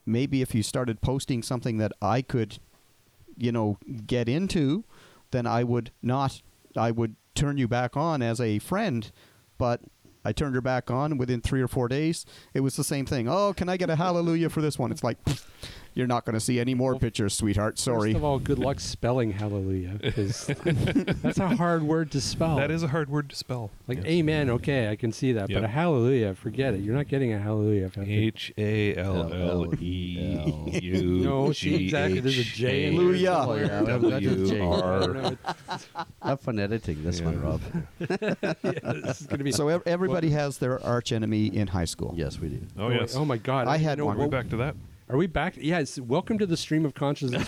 [SPEAKER 6] maybe if you started posting something that I could, you know, get into, then I would not. I would turn you back on as a friend, but. I turned her back on within three or four days. It was the same thing. Oh, can I get a hallelujah for this one? It's like, you're not going to see any more pictures, sweetheart. Sorry.
[SPEAKER 3] First of all, good luck spelling hallelujah because that's a hard word to spell.
[SPEAKER 5] that is a hard word to spell.
[SPEAKER 3] like amen. Okay, I can see that,
[SPEAKER 5] Yep.
[SPEAKER 3] but a hallelujah, forget it. You're not getting a hallelujah. if I-
[SPEAKER 5] H A L L E U
[SPEAKER 3] No,
[SPEAKER 5] G
[SPEAKER 3] exactly, there's a
[SPEAKER 5] H
[SPEAKER 3] J
[SPEAKER 5] A
[SPEAKER 3] in
[SPEAKER 6] there Hallelujah.
[SPEAKER 4] Oh, yeah, that- that's a J.
[SPEAKER 5] W R.
[SPEAKER 4] Have fun editing this one, Rob.
[SPEAKER 3] this is gonna be
[SPEAKER 6] So ev- everybody has their arch enemy in high school.
[SPEAKER 4] yes, we do.
[SPEAKER 5] Oh yes.
[SPEAKER 3] Oh my God!
[SPEAKER 6] I
[SPEAKER 3] didn't
[SPEAKER 6] had
[SPEAKER 3] know-
[SPEAKER 6] one.
[SPEAKER 5] Are we
[SPEAKER 6] Well-
[SPEAKER 5] back to that?
[SPEAKER 3] Are we back? Yeah. It's, welcome to the stream of consciousness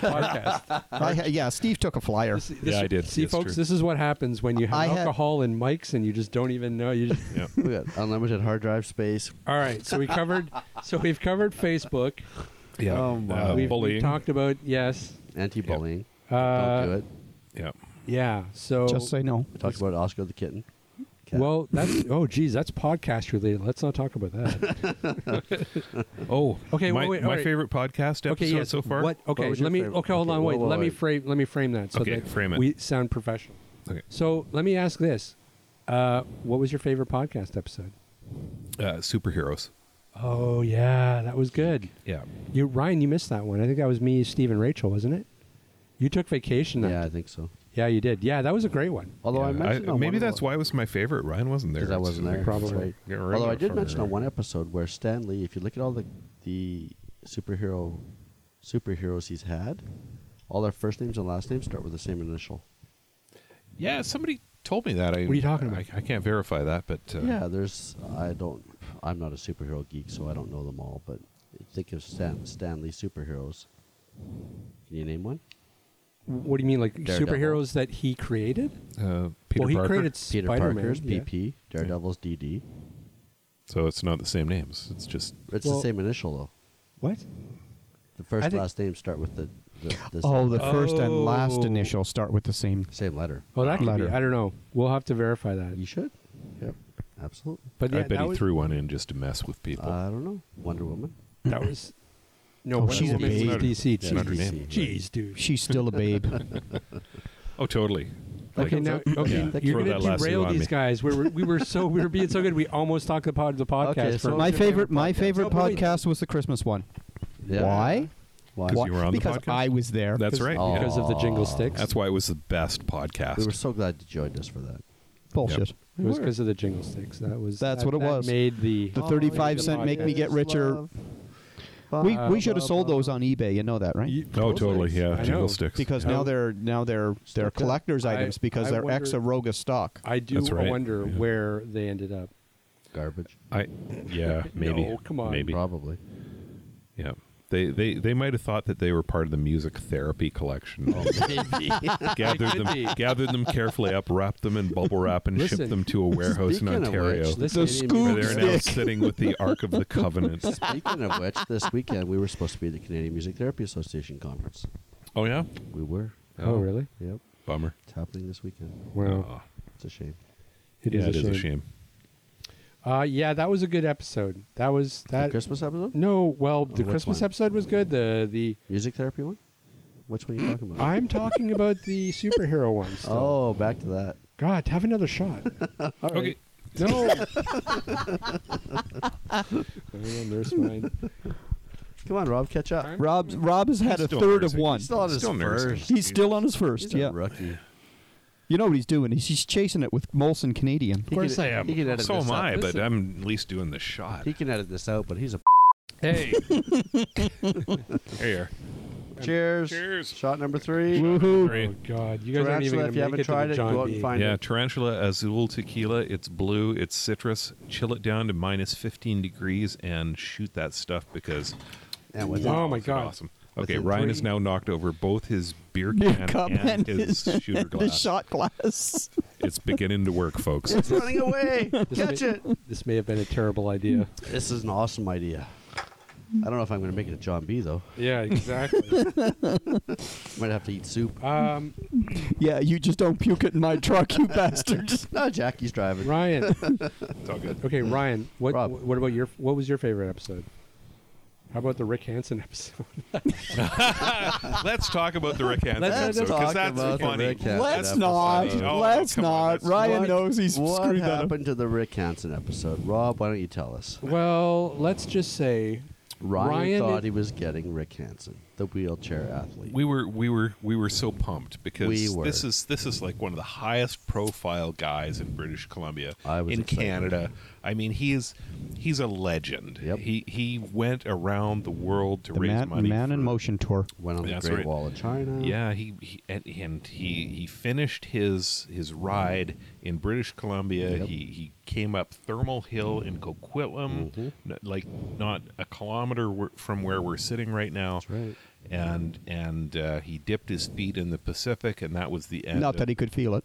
[SPEAKER 3] podcast.
[SPEAKER 6] I ha- yeah. Steve took a flyer.
[SPEAKER 3] This- this-
[SPEAKER 5] Yeah, I did.
[SPEAKER 3] See,
[SPEAKER 5] It's
[SPEAKER 3] folks,
[SPEAKER 5] true.
[SPEAKER 3] this is what happens when you have
[SPEAKER 6] I had-
[SPEAKER 3] alcohol and mics, and you just don't even know. You just,
[SPEAKER 5] Yeah.
[SPEAKER 4] We got unlimited hard drive space.
[SPEAKER 3] all right. So we covered. so we've covered Facebook.
[SPEAKER 5] Yeah. Uh,
[SPEAKER 3] Oh, we've,
[SPEAKER 5] bullying.
[SPEAKER 3] we've talked about yes.
[SPEAKER 4] Anti-bullying.
[SPEAKER 3] Uh,
[SPEAKER 4] Don't do it.
[SPEAKER 5] yeah.
[SPEAKER 3] Yeah. So
[SPEAKER 6] Just say no.
[SPEAKER 4] We talked about Oscar the kitten. podcast.
[SPEAKER 3] Well, that's oh geez, that's podcast related. Let's not talk about that.
[SPEAKER 5] Oh,
[SPEAKER 3] Okay,
[SPEAKER 5] My,
[SPEAKER 3] wait, wait,
[SPEAKER 5] my
[SPEAKER 3] all right.
[SPEAKER 5] favorite podcast episode
[SPEAKER 3] okay, yes.
[SPEAKER 5] so far.
[SPEAKER 3] What? oh.
[SPEAKER 4] What
[SPEAKER 3] Okay,
[SPEAKER 4] was
[SPEAKER 3] let
[SPEAKER 4] your
[SPEAKER 3] me.
[SPEAKER 4] favorite?
[SPEAKER 3] Okay, hold
[SPEAKER 4] Okay,
[SPEAKER 3] on.
[SPEAKER 4] whoa,
[SPEAKER 3] Wait,
[SPEAKER 4] whoa,
[SPEAKER 3] let me
[SPEAKER 4] wait.
[SPEAKER 3] frame. Let me frame that so
[SPEAKER 5] Okay,
[SPEAKER 3] that
[SPEAKER 5] frame it.
[SPEAKER 3] we sound professional.
[SPEAKER 5] Okay.
[SPEAKER 3] So let me ask this: uh, What was your favorite podcast episode?
[SPEAKER 5] Uh, superheroes.
[SPEAKER 3] Oh yeah, that was good.
[SPEAKER 5] Yeah.
[SPEAKER 3] You Ryan, you missed that one. I think that was me, Steve, and Rachel, wasn't it? You took vacation that.
[SPEAKER 4] yeah, I think so.
[SPEAKER 3] yeah, you did. Yeah, that was a great one.
[SPEAKER 4] Although I
[SPEAKER 5] Yeah,
[SPEAKER 4] mentioned on
[SPEAKER 5] maybe
[SPEAKER 4] one
[SPEAKER 5] that's
[SPEAKER 4] of
[SPEAKER 5] why it was my favorite. Ryan wasn't there.
[SPEAKER 4] because I
[SPEAKER 5] It's
[SPEAKER 4] wasn't
[SPEAKER 5] like,
[SPEAKER 4] there.
[SPEAKER 3] Probably.
[SPEAKER 4] That's right.
[SPEAKER 5] get rid
[SPEAKER 4] Although
[SPEAKER 5] of
[SPEAKER 4] I
[SPEAKER 5] it
[SPEAKER 4] did
[SPEAKER 5] from
[SPEAKER 4] mention
[SPEAKER 5] there.
[SPEAKER 4] on one episode where Stanley, if you look at all the the superhero superheroes he's had, all their first names and last names start with the same initial.
[SPEAKER 5] Yeah, somebody told me that. I,
[SPEAKER 3] What are you talking about?
[SPEAKER 5] I, I can't verify that, but uh,
[SPEAKER 4] yeah, there's I don't I'm not a superhero geek, so I don't know them all, but think of Stan Stanley superheroes. Can you name one?
[SPEAKER 3] What do you mean, like
[SPEAKER 4] Daredevil.
[SPEAKER 3] superheroes that he created?
[SPEAKER 5] uh, Peter
[SPEAKER 3] well, he
[SPEAKER 5] Parker.
[SPEAKER 3] created
[SPEAKER 4] Peter
[SPEAKER 3] Spider-Man.
[SPEAKER 4] Parker's
[SPEAKER 3] yeah.
[SPEAKER 4] PP, Daredevil's DD.
[SPEAKER 5] So it's not the same names. It's just
[SPEAKER 4] It's
[SPEAKER 3] Well-
[SPEAKER 4] the same initial though.
[SPEAKER 3] What?
[SPEAKER 4] The first
[SPEAKER 3] think-
[SPEAKER 4] last names start with the, the, the
[SPEAKER 6] Oh,
[SPEAKER 4] same,
[SPEAKER 6] the first and last
[SPEAKER 3] Oh.
[SPEAKER 6] initial start with the same.
[SPEAKER 4] same letter.
[SPEAKER 3] Well, Oh, that could
[SPEAKER 6] Letter.
[SPEAKER 3] be. I don't know. We'll have to verify that.
[SPEAKER 4] You should. Yep. Absolutely.
[SPEAKER 3] But
[SPEAKER 5] I
[SPEAKER 3] yeah,
[SPEAKER 5] bet
[SPEAKER 3] that
[SPEAKER 5] he
[SPEAKER 3] was,
[SPEAKER 5] threw one in just to mess with people.
[SPEAKER 3] Uh,
[SPEAKER 4] I don't know. Wonder Woman.
[SPEAKER 3] That was. No,
[SPEAKER 6] Oh,
[SPEAKER 3] Wonder
[SPEAKER 6] she's a
[SPEAKER 3] Woman's
[SPEAKER 6] babe.
[SPEAKER 3] DC.
[SPEAKER 5] It's not her
[SPEAKER 3] Jeez.
[SPEAKER 5] name.
[SPEAKER 4] right.
[SPEAKER 3] Jeez, dude.
[SPEAKER 6] She's still a babe.
[SPEAKER 5] oh, totally.
[SPEAKER 3] Okay,
[SPEAKER 4] Like-
[SPEAKER 3] now okay,
[SPEAKER 4] Yeah.
[SPEAKER 3] you're
[SPEAKER 5] Throw
[SPEAKER 3] gonna
[SPEAKER 5] that last
[SPEAKER 3] derail
[SPEAKER 5] two on
[SPEAKER 3] these
[SPEAKER 5] me.
[SPEAKER 3] guys. We were we were so we were being so good. We almost talked about the podcast.
[SPEAKER 4] Okay,
[SPEAKER 3] for
[SPEAKER 4] so-
[SPEAKER 6] my
[SPEAKER 4] What was your
[SPEAKER 6] favorite,
[SPEAKER 4] favorite
[SPEAKER 6] my
[SPEAKER 4] podcast?
[SPEAKER 6] favorite
[SPEAKER 3] Oh, wait.
[SPEAKER 6] podcast was the Christmas one.
[SPEAKER 4] Yeah.
[SPEAKER 6] Why?
[SPEAKER 4] Why?
[SPEAKER 5] 'Cause
[SPEAKER 6] Why?
[SPEAKER 5] you were on the
[SPEAKER 6] because
[SPEAKER 5] podcast?
[SPEAKER 6] I was there.
[SPEAKER 5] That's right. yeah.
[SPEAKER 3] because of the jingle sticks.
[SPEAKER 5] That's why it was the best podcast.
[SPEAKER 4] We were so glad you joined us for that.
[SPEAKER 6] Bullshit.
[SPEAKER 5] Yep.
[SPEAKER 3] It was because of the jingle sticks. That was
[SPEAKER 6] That's
[SPEAKER 3] that-
[SPEAKER 6] what it
[SPEAKER 3] that
[SPEAKER 6] was.
[SPEAKER 3] Made the
[SPEAKER 6] The
[SPEAKER 3] Oh,
[SPEAKER 6] 35 cent make me get richer. We, we should have sold those on eBay. You know that, right?
[SPEAKER 3] You-
[SPEAKER 5] oh,
[SPEAKER 3] those
[SPEAKER 5] totally.
[SPEAKER 3] things.
[SPEAKER 5] Yeah,
[SPEAKER 3] I know.
[SPEAKER 5] jingle sticks.
[SPEAKER 6] because
[SPEAKER 3] How-
[SPEAKER 6] now they're now they're they're
[SPEAKER 4] up.
[SPEAKER 6] collectors
[SPEAKER 3] I-
[SPEAKER 6] items because
[SPEAKER 3] I
[SPEAKER 6] they're
[SPEAKER 3] wonder-
[SPEAKER 6] ex Aroga stock.
[SPEAKER 3] I do
[SPEAKER 5] That's right.
[SPEAKER 3] wonder
[SPEAKER 5] Yeah.
[SPEAKER 3] where they ended up.
[SPEAKER 4] Garbage.
[SPEAKER 5] I, yeah, maybe.
[SPEAKER 3] No, come on.
[SPEAKER 5] Maybe.
[SPEAKER 4] Probably.
[SPEAKER 5] Yeah. They, they they might have thought that they were part of the music therapy collection. gathered them
[SPEAKER 3] Oh, be.
[SPEAKER 5] gathered them carefully up, wrapped them in bubble wrap, and
[SPEAKER 3] Listen,
[SPEAKER 5] shipped them to a warehouse
[SPEAKER 4] Speaking
[SPEAKER 5] in
[SPEAKER 4] of
[SPEAKER 5] Ontario.
[SPEAKER 4] which, this
[SPEAKER 3] The
[SPEAKER 4] lady made
[SPEAKER 5] where
[SPEAKER 4] me-
[SPEAKER 5] they're now sitting with the Ark of the Covenant.
[SPEAKER 4] Speaking of which, this weekend we were supposed to be at the Canadian Music Therapy Association conference.
[SPEAKER 5] Oh yeah,
[SPEAKER 4] We were.
[SPEAKER 3] Oh, really?
[SPEAKER 4] Yep.
[SPEAKER 5] bummer.
[SPEAKER 4] It's happening this weekend.
[SPEAKER 3] Well,
[SPEAKER 4] It's a shame.
[SPEAKER 3] it
[SPEAKER 5] yeah,
[SPEAKER 3] is
[SPEAKER 5] it is
[SPEAKER 3] a
[SPEAKER 5] a
[SPEAKER 3] shame.
[SPEAKER 5] shame.
[SPEAKER 3] Uh, yeah, that was a good episode. That was
[SPEAKER 4] The
[SPEAKER 3] that.
[SPEAKER 4] Christmas episode?
[SPEAKER 3] No, well, the
[SPEAKER 4] which
[SPEAKER 3] Christmas
[SPEAKER 4] one?
[SPEAKER 3] episode was good. The the
[SPEAKER 4] Music therapy one? Which one are you talking about?
[SPEAKER 3] I'm talking about the superhero ones.
[SPEAKER 4] oh, back to that.
[SPEAKER 3] God, have another shot.
[SPEAKER 5] Okay,
[SPEAKER 3] No. Everyone nurse mine.
[SPEAKER 4] Come on, Rob, catch up.
[SPEAKER 6] Rob Rob has had a
[SPEAKER 5] still
[SPEAKER 6] third of
[SPEAKER 5] nursing.
[SPEAKER 6] one.
[SPEAKER 4] Still on his
[SPEAKER 5] Still nursing.
[SPEAKER 4] first.
[SPEAKER 6] He's still on his first.
[SPEAKER 4] He's a
[SPEAKER 6] Yeah.
[SPEAKER 4] rookie.
[SPEAKER 6] You know what he's doing? He's, he's chasing it with Molson Canadian.
[SPEAKER 4] He
[SPEAKER 5] course
[SPEAKER 4] can-
[SPEAKER 5] I am.
[SPEAKER 4] he can edit
[SPEAKER 5] so
[SPEAKER 4] this
[SPEAKER 5] am
[SPEAKER 4] out.
[SPEAKER 5] I, but
[SPEAKER 4] Listen.
[SPEAKER 5] I'm at least doing the shot.
[SPEAKER 4] He can edit this out, but he's a.
[SPEAKER 5] Hey, here you are.
[SPEAKER 4] Cheers.
[SPEAKER 5] Cheers.
[SPEAKER 4] Shot number three.
[SPEAKER 5] Three.
[SPEAKER 3] Oh God, you guys aren't even
[SPEAKER 4] Tarantula,
[SPEAKER 3] gonna
[SPEAKER 4] if
[SPEAKER 3] make
[SPEAKER 4] you haven't
[SPEAKER 3] it to
[SPEAKER 4] tried
[SPEAKER 3] the
[SPEAKER 4] it,
[SPEAKER 3] John
[SPEAKER 4] go out and
[SPEAKER 3] B.
[SPEAKER 4] find
[SPEAKER 5] Yeah,
[SPEAKER 4] it.
[SPEAKER 5] Tarantula Azul Tequila. It's blue. It's citrus. Chill it down to minus 15 degrees and shoot that stuff because
[SPEAKER 4] And with
[SPEAKER 3] Wow.
[SPEAKER 4] that,
[SPEAKER 3] Oh my
[SPEAKER 5] is it
[SPEAKER 3] God.
[SPEAKER 5] awesome. Okay,
[SPEAKER 4] Within
[SPEAKER 5] Ryan has
[SPEAKER 4] three-
[SPEAKER 5] now knocked over both his beer
[SPEAKER 6] Beer
[SPEAKER 5] can
[SPEAKER 6] cup
[SPEAKER 5] and,
[SPEAKER 6] and
[SPEAKER 5] his, shooter
[SPEAKER 6] The
[SPEAKER 5] glass.
[SPEAKER 6] shot glass.
[SPEAKER 5] It's beginning to work, folks.
[SPEAKER 4] it's running away. Catch
[SPEAKER 3] may,
[SPEAKER 4] it.
[SPEAKER 3] This may have been a terrible idea.
[SPEAKER 4] This is an awesome idea. I don't know if I'm going to make it to John B though.
[SPEAKER 3] yeah, exactly.
[SPEAKER 4] Might have to eat soup.
[SPEAKER 3] um,
[SPEAKER 6] yeah, you just don't puke it in my truck, you bastard.
[SPEAKER 4] No, Jackie's driving.
[SPEAKER 3] Ryan.
[SPEAKER 5] It's all good.
[SPEAKER 3] Okay, Ryan. What
[SPEAKER 4] Rob.
[SPEAKER 3] what about your what was your favorite episode? How about the Rick Hansen episode?
[SPEAKER 5] Let's talk about the Rick Hansen
[SPEAKER 3] Let's
[SPEAKER 5] episode
[SPEAKER 4] talk
[SPEAKER 5] because that's
[SPEAKER 4] about the
[SPEAKER 5] funny.
[SPEAKER 4] Rick Hansen
[SPEAKER 6] Let's
[SPEAKER 4] episode.
[SPEAKER 6] not.
[SPEAKER 5] Oh,
[SPEAKER 6] Let's
[SPEAKER 5] come on,
[SPEAKER 6] not.
[SPEAKER 5] that's-
[SPEAKER 6] Ryan
[SPEAKER 4] What-
[SPEAKER 6] knows he's
[SPEAKER 4] what
[SPEAKER 6] screwed that up.
[SPEAKER 4] happened to the Rick Hansen episode? Rob, why don't you tell us?
[SPEAKER 3] well, let's just say
[SPEAKER 4] Ryan,
[SPEAKER 3] Ryan
[SPEAKER 4] thought
[SPEAKER 3] is-
[SPEAKER 4] he was getting Rick Hansen, the wheelchair athlete.
[SPEAKER 5] We were we were we were so pumped because
[SPEAKER 4] We were.
[SPEAKER 5] this is this is like one of the highest profile guys in British Columbia
[SPEAKER 4] I was
[SPEAKER 5] in
[SPEAKER 4] excited.
[SPEAKER 5] Canada. I mean, he is he's a legend.
[SPEAKER 4] Yep.
[SPEAKER 5] He he went around the world to raise money for,
[SPEAKER 6] Motion tour.
[SPEAKER 4] Went on the
[SPEAKER 5] That's
[SPEAKER 4] Great
[SPEAKER 5] right.
[SPEAKER 4] Wall of China.
[SPEAKER 5] Yeah, he, he and, and he he finished his his ride in British Columbia.
[SPEAKER 4] Yep.
[SPEAKER 5] He he came up Thermal Hill in Coquitlam, n- like not a kilometer wh- from where we're sitting right now.
[SPEAKER 4] That's right.
[SPEAKER 5] And and uh, he dipped his feet in the Pacific, and that was the end.
[SPEAKER 6] Not
[SPEAKER 5] of-
[SPEAKER 6] that he could feel it.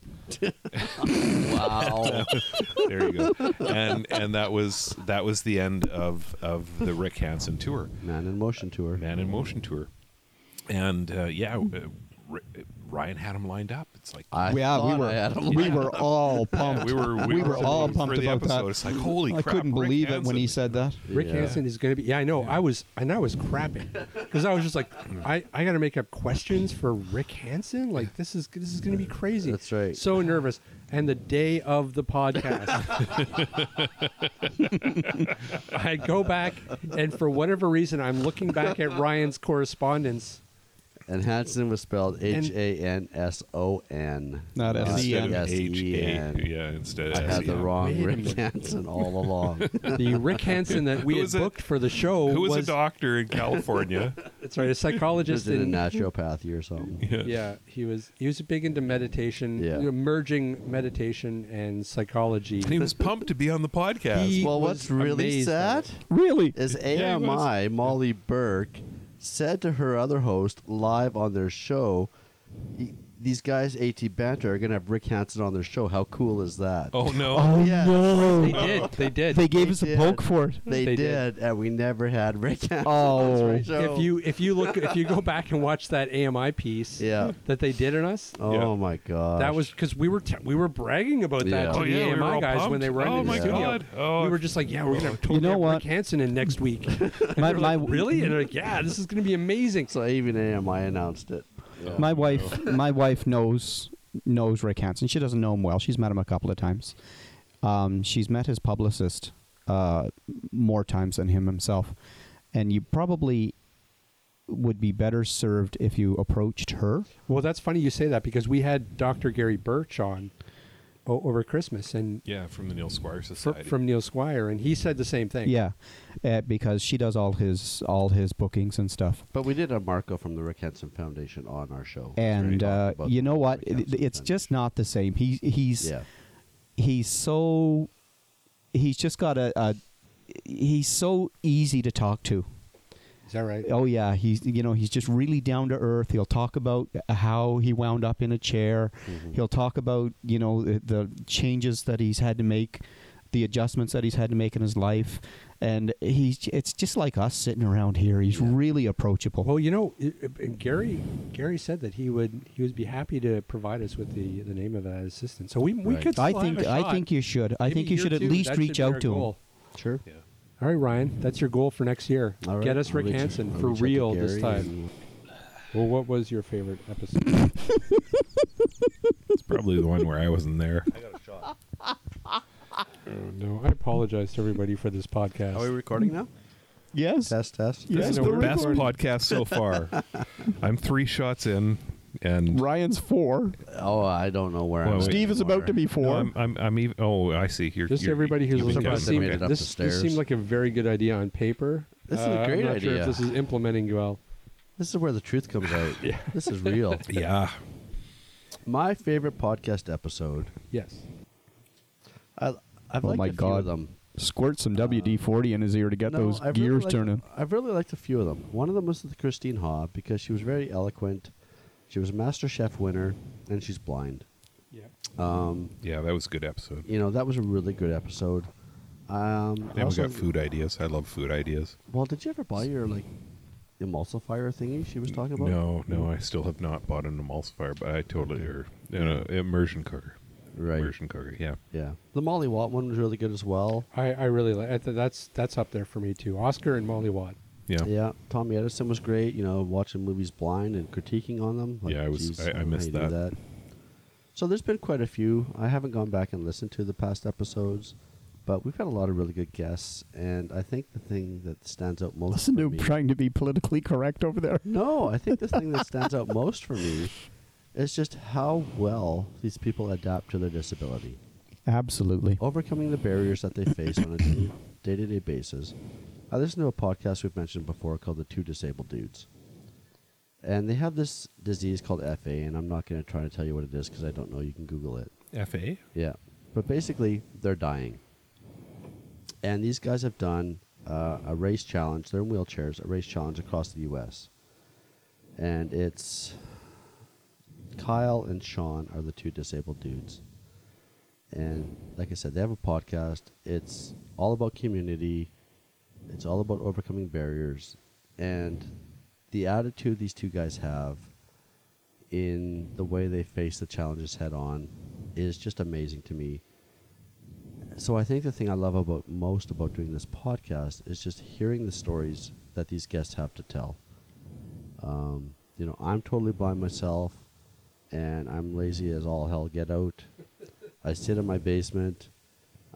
[SPEAKER 4] Wow.
[SPEAKER 5] there you go. and and that was that was the end of of the Rick Hansen tour.
[SPEAKER 4] Man in Motion Tour.
[SPEAKER 5] Man in Motion tour, and uh, yeah, uh, Ri- Ryan had him lined up. It's like
[SPEAKER 4] I
[SPEAKER 6] yeah, we
[SPEAKER 4] thought
[SPEAKER 6] were
[SPEAKER 4] I had 'em
[SPEAKER 6] we
[SPEAKER 4] lined
[SPEAKER 6] were all
[SPEAKER 5] yeah,
[SPEAKER 6] pumped.
[SPEAKER 5] we were we,
[SPEAKER 6] were all
[SPEAKER 5] for
[SPEAKER 6] pumped
[SPEAKER 5] the
[SPEAKER 6] about
[SPEAKER 5] episode.
[SPEAKER 6] that.
[SPEAKER 5] It's like holy
[SPEAKER 6] I
[SPEAKER 5] crap!
[SPEAKER 6] couldn't
[SPEAKER 5] Rick
[SPEAKER 6] believe it when
[SPEAKER 5] Hansen.
[SPEAKER 6] he said that.
[SPEAKER 3] Rick
[SPEAKER 4] Yeah.
[SPEAKER 3] Hansen is going to be. Yeah, I know. I was, and I was crapping because I was just like, I, I got to make up questions for Rick Hansen. Like this is this is going to be crazy.
[SPEAKER 4] That's right.
[SPEAKER 3] So nervous. And the day of the podcast, I go back, and for whatever reason, I'm looking back at Ryan's correspondence.
[SPEAKER 4] And Hanson was spelled H A N S O N.
[SPEAKER 6] Not
[SPEAKER 4] Not
[SPEAKER 5] instead
[SPEAKER 6] S-E-N.
[SPEAKER 5] of
[SPEAKER 4] S E
[SPEAKER 5] H
[SPEAKER 4] N.
[SPEAKER 5] A, yeah, instead of
[SPEAKER 4] I had the
[SPEAKER 5] S-E-N.
[SPEAKER 4] wrong
[SPEAKER 3] Wait a
[SPEAKER 4] Rick
[SPEAKER 3] minute.
[SPEAKER 4] Hansen all along.
[SPEAKER 3] The Rick Hansen that we
[SPEAKER 5] Who
[SPEAKER 3] had
[SPEAKER 5] was it-
[SPEAKER 3] booked for the show
[SPEAKER 5] Who was a doctor in California?
[SPEAKER 3] Sorry, a psychologist
[SPEAKER 4] Just in a
[SPEAKER 3] in
[SPEAKER 4] naturopathy or something.
[SPEAKER 3] yeah he was he was big into meditation
[SPEAKER 4] Yeah.
[SPEAKER 3] you know, merging meditation and psychology
[SPEAKER 5] and he was pumped to be on the podcast.
[SPEAKER 3] He-
[SPEAKER 4] Well,
[SPEAKER 3] was
[SPEAKER 4] what's really
[SPEAKER 3] amazed
[SPEAKER 4] sad
[SPEAKER 3] at
[SPEAKER 6] Really?
[SPEAKER 4] is
[SPEAKER 5] Yeah, he was.
[SPEAKER 4] AMI, Molly Burke, said to her other host live on their show, "Y- these guys, AT Banter, are going to have Rick Hansen on their show. How cool is that?
[SPEAKER 5] oh no!
[SPEAKER 4] yeah.
[SPEAKER 3] they
[SPEAKER 6] no!
[SPEAKER 3] did they did
[SPEAKER 6] They gave us
[SPEAKER 4] They
[SPEAKER 6] a poke
[SPEAKER 4] did.
[SPEAKER 6] for it.
[SPEAKER 4] They,
[SPEAKER 3] They
[SPEAKER 4] did,
[SPEAKER 3] did.
[SPEAKER 4] and we never had Rick Hansen on
[SPEAKER 6] Oh.
[SPEAKER 4] their
[SPEAKER 6] If
[SPEAKER 4] show.
[SPEAKER 3] if you if you look if you go back and watch that AMI piece
[SPEAKER 4] Yeah.
[SPEAKER 3] that they did on us
[SPEAKER 4] Oh,
[SPEAKER 5] Yeah.
[SPEAKER 4] my God.
[SPEAKER 3] that was because we were t- we were bragging about
[SPEAKER 4] Yeah.
[SPEAKER 3] that to
[SPEAKER 4] Oh,
[SPEAKER 3] the
[SPEAKER 5] yeah, we were
[SPEAKER 3] AMI
[SPEAKER 5] all
[SPEAKER 3] guys when they
[SPEAKER 5] pumped.
[SPEAKER 3] were
[SPEAKER 5] Oh,
[SPEAKER 3] in the
[SPEAKER 5] my
[SPEAKER 3] studio.
[SPEAKER 5] God. Oh.
[SPEAKER 3] We were just like, yeah, we're gonna have totally
[SPEAKER 6] know
[SPEAKER 3] have
[SPEAKER 6] what?
[SPEAKER 3] Rick Hansen in next week. And
[SPEAKER 6] My-
[SPEAKER 3] they're
[SPEAKER 6] my-
[SPEAKER 3] like, really? And they're like, yeah, this is gonna be amazing.
[SPEAKER 4] So even AMI announced it. Yeah.
[SPEAKER 6] My wife, my wife knows knows Rick Hansen. She doesn't know him well. She's met him a couple of times. Um, she's met his publicist uh, more times than him himself, and you probably would be better served if you approached her.
[SPEAKER 3] Well, that's funny you say that because we had Dr. Gary Birch on o- over Christmas and
[SPEAKER 5] Yeah, from the Neil Squire
[SPEAKER 3] fr-
[SPEAKER 5] Society.
[SPEAKER 3] from Neil Squire, and he said the same thing.
[SPEAKER 6] Yeah, uh, because she does all his all his bookings and stuff.
[SPEAKER 4] But we did have Marco from the Rick Hansen Foundation on our show.
[SPEAKER 6] And
[SPEAKER 4] Talking
[SPEAKER 6] uh,
[SPEAKER 4] about
[SPEAKER 6] you know
[SPEAKER 4] the
[SPEAKER 6] what?
[SPEAKER 4] Rick Hansen
[SPEAKER 6] It- It's
[SPEAKER 4] Foundation.
[SPEAKER 6] just not the same. He he's
[SPEAKER 4] yeah.
[SPEAKER 6] he's so he's just got a, a he's so easy to talk to.
[SPEAKER 3] Is that right?
[SPEAKER 6] Oh yeah, he's you know he's just really down to earth. He'll talk about how he wound up in a chair. He'll talk about you know the, the changes that he's had to make, the adjustments that he's had to make in his life, and he's it's just like us sitting around here. He's really approachable.
[SPEAKER 3] Well, you know, i- i- and Gary Gary said that he would he would be happy to provide us with the, the name of that assistant. So we, we
[SPEAKER 4] Right.
[SPEAKER 3] could.
[SPEAKER 6] I
[SPEAKER 3] still have
[SPEAKER 6] think
[SPEAKER 3] a
[SPEAKER 6] I
[SPEAKER 3] shot.
[SPEAKER 6] think you should. I
[SPEAKER 3] Maybe
[SPEAKER 6] think you
[SPEAKER 3] year
[SPEAKER 6] should at
[SPEAKER 3] two,
[SPEAKER 6] least
[SPEAKER 3] that
[SPEAKER 6] reach
[SPEAKER 3] be
[SPEAKER 6] out
[SPEAKER 3] our
[SPEAKER 6] to him.
[SPEAKER 3] goal.
[SPEAKER 4] Sure.
[SPEAKER 5] yeah.
[SPEAKER 3] All right, Ryan, that's your goal for next year.
[SPEAKER 4] All right,
[SPEAKER 3] Get us
[SPEAKER 4] I'll
[SPEAKER 3] Rick
[SPEAKER 4] reach-
[SPEAKER 3] Hansen
[SPEAKER 4] I'll
[SPEAKER 3] for
[SPEAKER 4] reach out to
[SPEAKER 3] real this
[SPEAKER 4] Gary
[SPEAKER 3] time.
[SPEAKER 4] and-
[SPEAKER 3] Well, what was your favorite episode?
[SPEAKER 5] It's probably the one where I wasn't there.
[SPEAKER 3] oh, no, I apologize to everybody for this podcast.
[SPEAKER 4] Are we recording now?
[SPEAKER 6] Yes.
[SPEAKER 4] Test, test.
[SPEAKER 6] Yeah.
[SPEAKER 5] This is
[SPEAKER 3] No,
[SPEAKER 5] the
[SPEAKER 3] we're
[SPEAKER 5] best
[SPEAKER 3] recording.
[SPEAKER 5] podcast so far. I'm three shots in, and
[SPEAKER 6] Ryan's four.
[SPEAKER 4] Oh, I don't know where
[SPEAKER 5] Well,
[SPEAKER 4] I'm.
[SPEAKER 5] wait.
[SPEAKER 4] at
[SPEAKER 5] Steve
[SPEAKER 6] is about
[SPEAKER 4] anymore.
[SPEAKER 6] to be
[SPEAKER 5] No,
[SPEAKER 6] four.
[SPEAKER 5] I'm, I'm, I'm even. Oh, I see. Here,
[SPEAKER 3] Just
[SPEAKER 5] you're-
[SPEAKER 3] everybody who's
[SPEAKER 5] you've
[SPEAKER 3] listening,
[SPEAKER 5] got
[SPEAKER 4] surprised
[SPEAKER 5] it.
[SPEAKER 4] they made
[SPEAKER 5] Okay.
[SPEAKER 4] it up the
[SPEAKER 3] this, this seemed
[SPEAKER 4] stairs.
[SPEAKER 3] like a very good idea on paper.
[SPEAKER 4] This is a
[SPEAKER 3] Uh,
[SPEAKER 4] great
[SPEAKER 3] I'm not sure
[SPEAKER 4] idea.
[SPEAKER 3] if this is implementing well.
[SPEAKER 4] This is where the truth comes out. This is real.
[SPEAKER 5] Yeah,
[SPEAKER 4] My favorite podcast episode.
[SPEAKER 3] Yes.
[SPEAKER 4] I, I've
[SPEAKER 6] Oh
[SPEAKER 4] liked
[SPEAKER 6] my
[SPEAKER 4] a few
[SPEAKER 6] God.
[SPEAKER 4] of them.
[SPEAKER 6] Squirt some WD forty in his ear to get
[SPEAKER 4] No,
[SPEAKER 6] those
[SPEAKER 4] I've really
[SPEAKER 6] gears
[SPEAKER 4] liked-
[SPEAKER 6] turning.
[SPEAKER 4] I've really liked a few of them. One of them was with Christine Hobb because she was very eloquent. She was a Master Chef winner, and she's blind.
[SPEAKER 3] Yeah.
[SPEAKER 4] Um,
[SPEAKER 5] yeah, that was a good episode.
[SPEAKER 4] you know that was a really good episode. Um, I
[SPEAKER 5] And we
[SPEAKER 4] also-
[SPEAKER 5] got food ideas. I love food ideas.
[SPEAKER 4] Well, did you ever buy your like emulsifier thingy she was talking about?
[SPEAKER 5] No, no, I still have not bought an emulsifier, but I totally or an immersion cooker.
[SPEAKER 4] Right.
[SPEAKER 5] Immersion cooker. Yeah.
[SPEAKER 4] Yeah, the Molly Watt one was really good as well.
[SPEAKER 3] I, I really like I th- that's that's up there for me too. Oscar and Molly Watt.
[SPEAKER 5] Yeah.
[SPEAKER 4] Yeah, Tommy Edison was great. You know, watching movies blind and critiquing on them.
[SPEAKER 5] Yeah, I was-
[SPEAKER 4] geez,
[SPEAKER 5] I- I
[SPEAKER 4] don't know
[SPEAKER 5] missed
[SPEAKER 4] how you do
[SPEAKER 5] that.
[SPEAKER 4] So there's been quite a few. I haven't gone back and listened to the past episodes, but we've had a lot of really good guests, and I think the thing that stands out most.
[SPEAKER 6] Listen
[SPEAKER 4] for
[SPEAKER 6] to him
[SPEAKER 4] me-
[SPEAKER 6] trying to be politically correct over there.
[SPEAKER 4] No, I think the thing that stands out most for me is just how well these people adapt to their disability.
[SPEAKER 6] Absolutely.
[SPEAKER 4] overcoming the barriers that they face on a day- day-to-day basis. Uh, I listened to a podcast we've mentioned before called "The Two Disabled Dudes," and they have this disease called FA, and I'm not going to try to tell you what it is because I don't know. You can Google it.
[SPEAKER 5] Fa.
[SPEAKER 4] Yeah, but basically they're dying, and these guys have done uh, a race challenge. They're in wheelchairs, a race challenge across the U.S., and it's Kyle and Sean are the two disabled dudes. And like I said, they have a podcast. It's all about community. It's all about overcoming barriers. And the attitude these two guys have in the way they face the challenges head on is just amazing to me. So I think the thing I love about most about doing this podcast is just hearing the stories that these guests have to tell. Um, you know, I'm totally blind myself, and I'm lazy as all hell get out. I sit in my basement.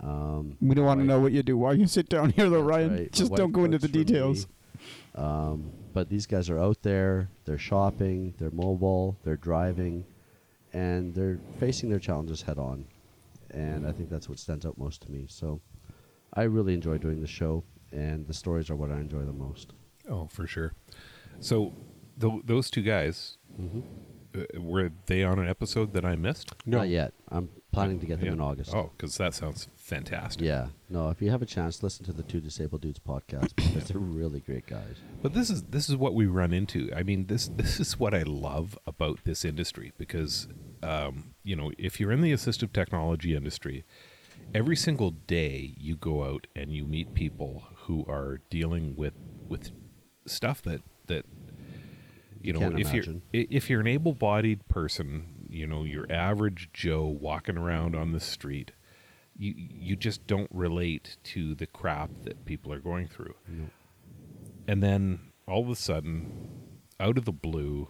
[SPEAKER 4] Um,
[SPEAKER 6] We don't want
[SPEAKER 4] my
[SPEAKER 6] to know what you do while you sit down here, though, Ryan.
[SPEAKER 4] right? My
[SPEAKER 6] Just
[SPEAKER 4] wife
[SPEAKER 6] don't go into
[SPEAKER 4] cooks
[SPEAKER 6] the
[SPEAKER 4] for me.
[SPEAKER 6] details.
[SPEAKER 4] Um, but these guys are out there. They're shopping. They're mobile. They're driving, and they're facing their challenges head on. And I think that's what stands out most to me. So, I really enjoy doing the show, and the stories are what I enjoy the most.
[SPEAKER 5] Oh, for sure. So, tho- those two guys
[SPEAKER 4] Mm-hmm.
[SPEAKER 5] uh, were they on an episode that I missed?
[SPEAKER 3] No.
[SPEAKER 4] Not yet. I'm planning to get them
[SPEAKER 5] Yeah.
[SPEAKER 4] in August.
[SPEAKER 5] Oh, because that sounds fantastic.
[SPEAKER 4] Yeah. No, if you have a chance, listen to the Two Disabled Dudes podcast because they're really great guys.
[SPEAKER 5] But this is this is what we run into. I mean, this this is what I love about this industry because um, you know, if you're in the assistive technology industry, every single day you go out and you meet people who are dealing with with stuff that that you know,
[SPEAKER 4] Can't
[SPEAKER 5] if
[SPEAKER 4] imagine.
[SPEAKER 5] you're i- if you're an able-bodied person, you know, your average Joe walking around on the street, you you just don't relate to the crap that people are going through and then all of a sudden, out of the blue,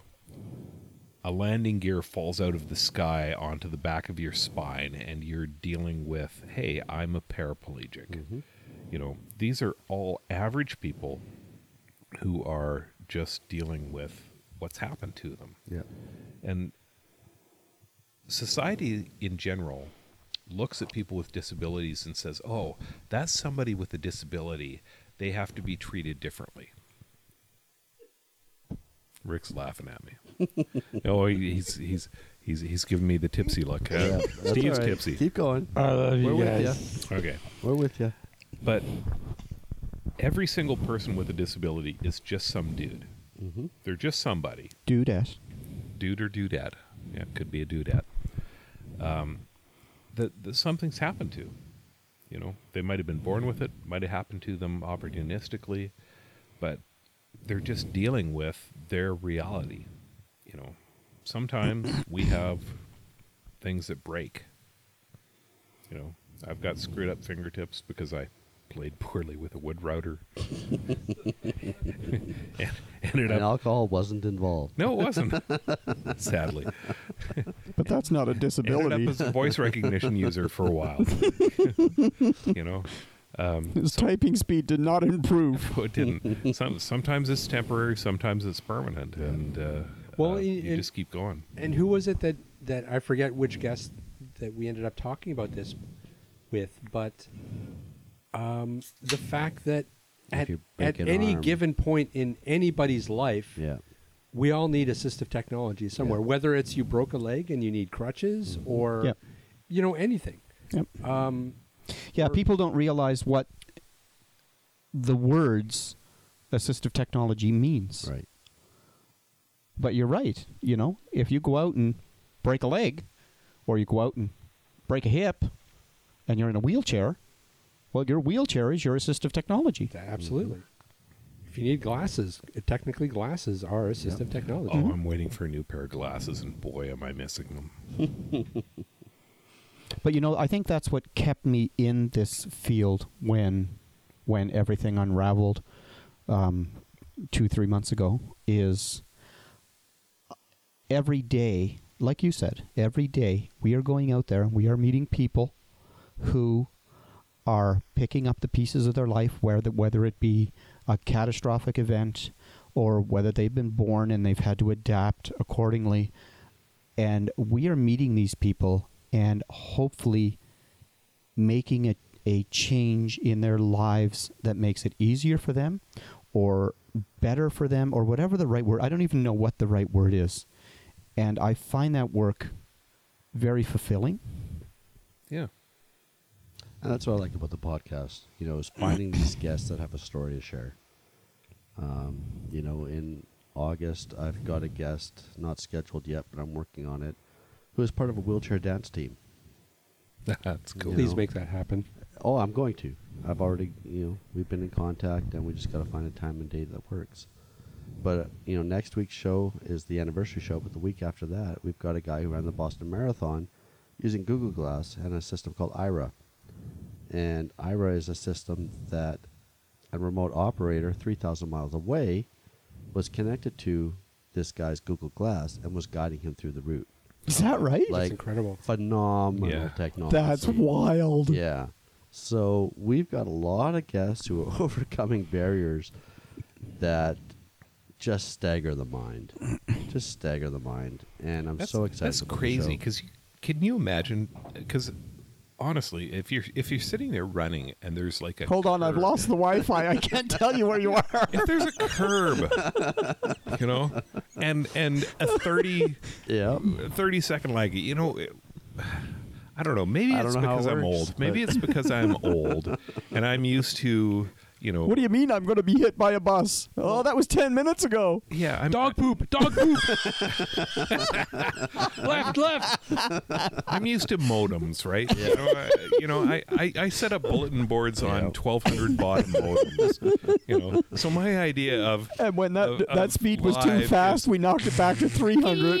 [SPEAKER 5] a landing gear falls out of the sky onto the back of your spine, and you're dealing with, hey, I'm a paraplegic. You know, these are all average people who are just dealing with what's happened to them.
[SPEAKER 4] Yeah.
[SPEAKER 5] And society in general looks at people with disabilities and says, oh, that's somebody with a disability. They have to be treated differently. Rick's laughing at me. oh, he's he's he's he's giving me the tipsy look. Uh,
[SPEAKER 4] That's
[SPEAKER 5] Steve's
[SPEAKER 4] all right.
[SPEAKER 5] tipsy.
[SPEAKER 4] Keep going.
[SPEAKER 3] I love
[SPEAKER 6] Uh,
[SPEAKER 4] We're
[SPEAKER 3] you
[SPEAKER 4] with
[SPEAKER 3] guys.
[SPEAKER 4] you.
[SPEAKER 5] Okay,
[SPEAKER 4] We're with you.
[SPEAKER 5] but every single person with a disability is just some dude. They're just somebody.
[SPEAKER 6] Do that.
[SPEAKER 5] dude or dudette. Yeah, it could be a dudette. Um, that, that something's happened to. You know, they might have been born with it, might have happened to them opportunistically, but they're just dealing with their reality. You know, sometimes we have things that break. You know, I've got screwed up fingertips because I played poorly with a wood router. and ended
[SPEAKER 4] And
[SPEAKER 5] up
[SPEAKER 4] alcohol wasn't involved.
[SPEAKER 5] no, it wasn't. Sadly,
[SPEAKER 6] But that's not a
[SPEAKER 5] ended up
[SPEAKER 6] disability.
[SPEAKER 5] as a voice recognition user for a while. you know,
[SPEAKER 6] His typing speed did not improve.
[SPEAKER 5] but it didn't. Some, sometimes it's temporary, sometimes it's permanent, and uh,
[SPEAKER 3] Well,
[SPEAKER 5] uh,
[SPEAKER 3] i-
[SPEAKER 5] you
[SPEAKER 3] it-
[SPEAKER 5] just keep going.
[SPEAKER 3] And who was it that, that I forget which guest that we ended up talking about this with, but um, the fact that at,
[SPEAKER 4] you break
[SPEAKER 3] at
[SPEAKER 4] an
[SPEAKER 3] any
[SPEAKER 4] arm.
[SPEAKER 3] given point in anybody's life,
[SPEAKER 4] Yeah.
[SPEAKER 3] we all need assistive technology somewhere,
[SPEAKER 4] Yeah. Mm-hmm.
[SPEAKER 3] whether it's you broke a leg and you need crutches or,
[SPEAKER 6] Yep.
[SPEAKER 3] you know, anything.
[SPEAKER 6] Yep.
[SPEAKER 3] Um,
[SPEAKER 6] Yeah,
[SPEAKER 3] Or-
[SPEAKER 6] people don't realize what the words assistive technology means.
[SPEAKER 4] Right.
[SPEAKER 6] But you're right. You know, if you go out and break a leg, or you go out and break a hip, and you're in a wheelchair, well, your wheelchair is your assistive technology.
[SPEAKER 3] th- absolutely. Mm-hmm. If you need glasses, uh, technically glasses are assistive
[SPEAKER 5] Oh,
[SPEAKER 3] technology. Mm-hmm.
[SPEAKER 5] I'm waiting for a new pair of glasses, and boy, am I missing them.
[SPEAKER 6] But you know, I think that's what kept me in this field when, when everything unraveled, um, two three months ago. Is every day, like you said, every day we are going out there and we are meeting people who are picking up the pieces of their life, whether whether it be a catastrophic event or whether they've been born and they've had to adapt accordingly and we are meeting these people and hopefully making a, a change in their lives that makes it easier for them or better for them or whatever the right word i don't even know what the right word is and i find that work very fulfilling
[SPEAKER 5] Yeah,
[SPEAKER 4] And that's what I like about the podcast, you know, is finding these guests that have a story to share. Um, you know, in August, I've got a guest, not scheduled yet, but I'm working on it, who is part of a wheelchair dance team.
[SPEAKER 5] that's cool.
[SPEAKER 3] Please
[SPEAKER 4] know.
[SPEAKER 3] make that happen.
[SPEAKER 4] Oh, I'm going to. I've already, you know, we've been in contact and we just got to find a time and date that works. But uh, you know, next week's show is the anniversary show. But the week after that, we've got a guy who ran the Boston Marathon using Google Glass and a system called IRA. And IRA is a system that a remote operator 3,000 miles away was connected to this guy's Google Glass and was guiding him through the route.
[SPEAKER 7] Is that right?
[SPEAKER 3] It's
[SPEAKER 4] Like
[SPEAKER 3] incredible.
[SPEAKER 4] phenomenal
[SPEAKER 5] Yeah.
[SPEAKER 4] technology.
[SPEAKER 7] That's wild.
[SPEAKER 4] Yeah. So we've got a lot of guests who are overcoming barriers that just stagger the mind. just stagger the mind. And I'm so excited.
[SPEAKER 5] That's
[SPEAKER 4] about the
[SPEAKER 5] crazy
[SPEAKER 4] show.
[SPEAKER 5] because can you imagine? Because honestly, if you're if you're sitting there running and there's like a
[SPEAKER 7] Hold on, I've
[SPEAKER 5] curb-
[SPEAKER 7] lost the Wi-Fi. I can't tell you where you are.
[SPEAKER 5] If there's a curb, you know, and and a 30,
[SPEAKER 4] Yeah. Mm,
[SPEAKER 5] 30 second lag, you know. It, I don't know. Maybe
[SPEAKER 4] I
[SPEAKER 5] it's
[SPEAKER 4] don't know how it
[SPEAKER 5] because I'm
[SPEAKER 4] works,
[SPEAKER 5] old. Maybe
[SPEAKER 4] but-
[SPEAKER 5] it's because I'm old and I'm used to, you know,
[SPEAKER 7] What do you mean I'm going to be hit by a bus? Oh, that was 10 minutes ago.
[SPEAKER 5] yeah, I'm
[SPEAKER 3] Dog poop. Dog poop. left, left.
[SPEAKER 5] I'm used to modems, right? You know, I, you know, I, I, I set up bulletin boards on
[SPEAKER 4] Yeah.
[SPEAKER 5] 1,200 baud modems. You know, so my idea of
[SPEAKER 7] And when that
[SPEAKER 5] Of-
[SPEAKER 7] that
[SPEAKER 5] of
[SPEAKER 7] speed was too
[SPEAKER 5] live
[SPEAKER 7] fast, we knocked it back to 300.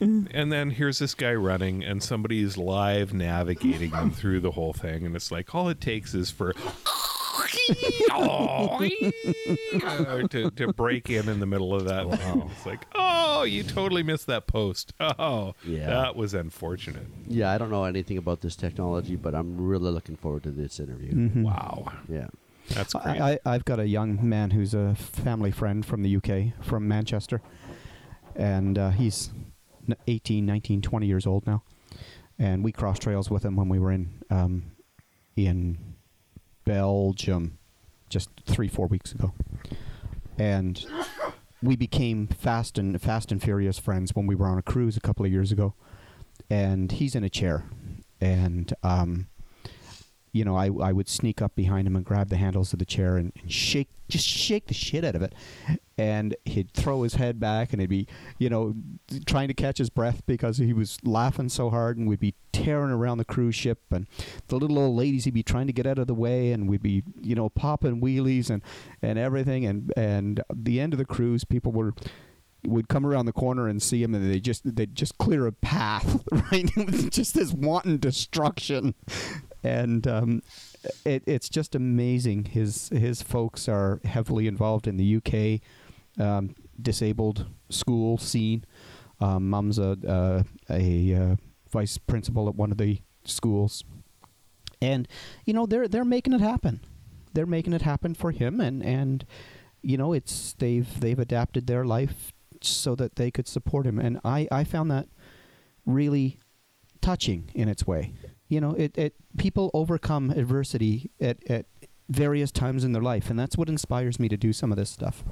[SPEAKER 5] and then here's this guy running, and somebody's live navigating him through the whole thing, and it's like all it takes is for. to, to break in in the middle of that thing. it's like oh you totally missed that post oh
[SPEAKER 4] Yeah.
[SPEAKER 5] that was unfortunate
[SPEAKER 4] Yeah, I don't know anything about this technology, but I'm really looking forward to this interview.
[SPEAKER 5] Mm-hmm.
[SPEAKER 7] Mm-hmm.
[SPEAKER 5] wow
[SPEAKER 4] Yeah.
[SPEAKER 5] that's great
[SPEAKER 6] I, I, I've got a young man who's a family friend from the UK, from Manchester. And uh, he's n- 18, 19, 20 years old now. And we crossed trails with him when we were in um, in Belgium just three, four weeks ago. And we became fast and fast and furious friends when we were on a cruise a couple of years ago. And he's in a chair. And um, you know, I, I would sneak up behind him and grab the handles of the chair and, and shake, just shake the shit out of it. And he'd throw his head back and he'd be, you know, trying to catch his breath because he was laughing so hard and we'd be tearing around the cruise ship and the little old ladies he'd be trying to get out of the way and we'd be, you know, popping wheelies and, and everything. And, and the end of the cruise, people were, would come around the corner and see him, and they just they just clear a path, right? It was just this wanton destruction, and um, it, it's just amazing. His his folks are heavily involved in the UK um, disabled school scene. Um, Mum's a a, a uh, vice principal at one of the schools, and you know they're they're making it happen they're making it happen for him and and you know it's they've they've adapted their life so that they could support him and i i found that really touching in its way you know it, it people overcome adversity at at various times in their life and that's what inspires me to do some of this stuff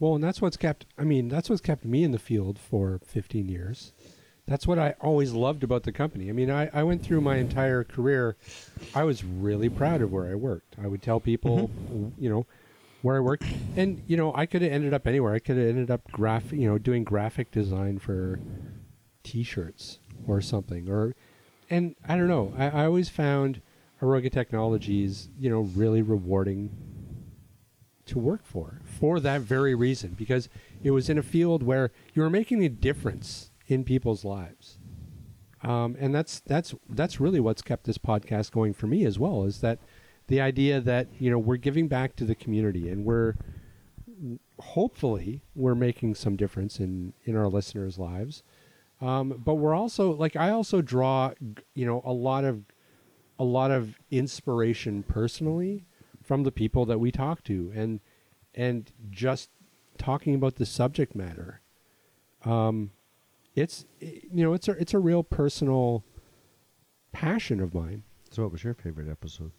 [SPEAKER 3] Well, and that's what's kept. I mean, that's what's kept me in the field for 15 years. That's what I always loved about the company. I mean, I, I went through my entire career. I was really proud of where I worked. I would tell people, you know, where I worked, and you know, I could have ended up anywhere. I could have ended up graph, you know, doing graphic design for T-shirts or something, or and I don't know. I, I always found Aroga Technologies, you know, really rewarding to work for for that very reason because it was in a field where you were making a difference in people's lives um, and that's that's that's really what's kept this podcast going for me as well is that the idea that you know we're giving back to the community and we're hopefully we're making some difference in in our listeners lives um, but we're also like i also draw g- you know a lot of a lot of inspiration personally from the people that we talk to and and just talking about the subject matter um it's you know it's a it's a real personal passion of mine
[SPEAKER 4] So, what was your favorite episode?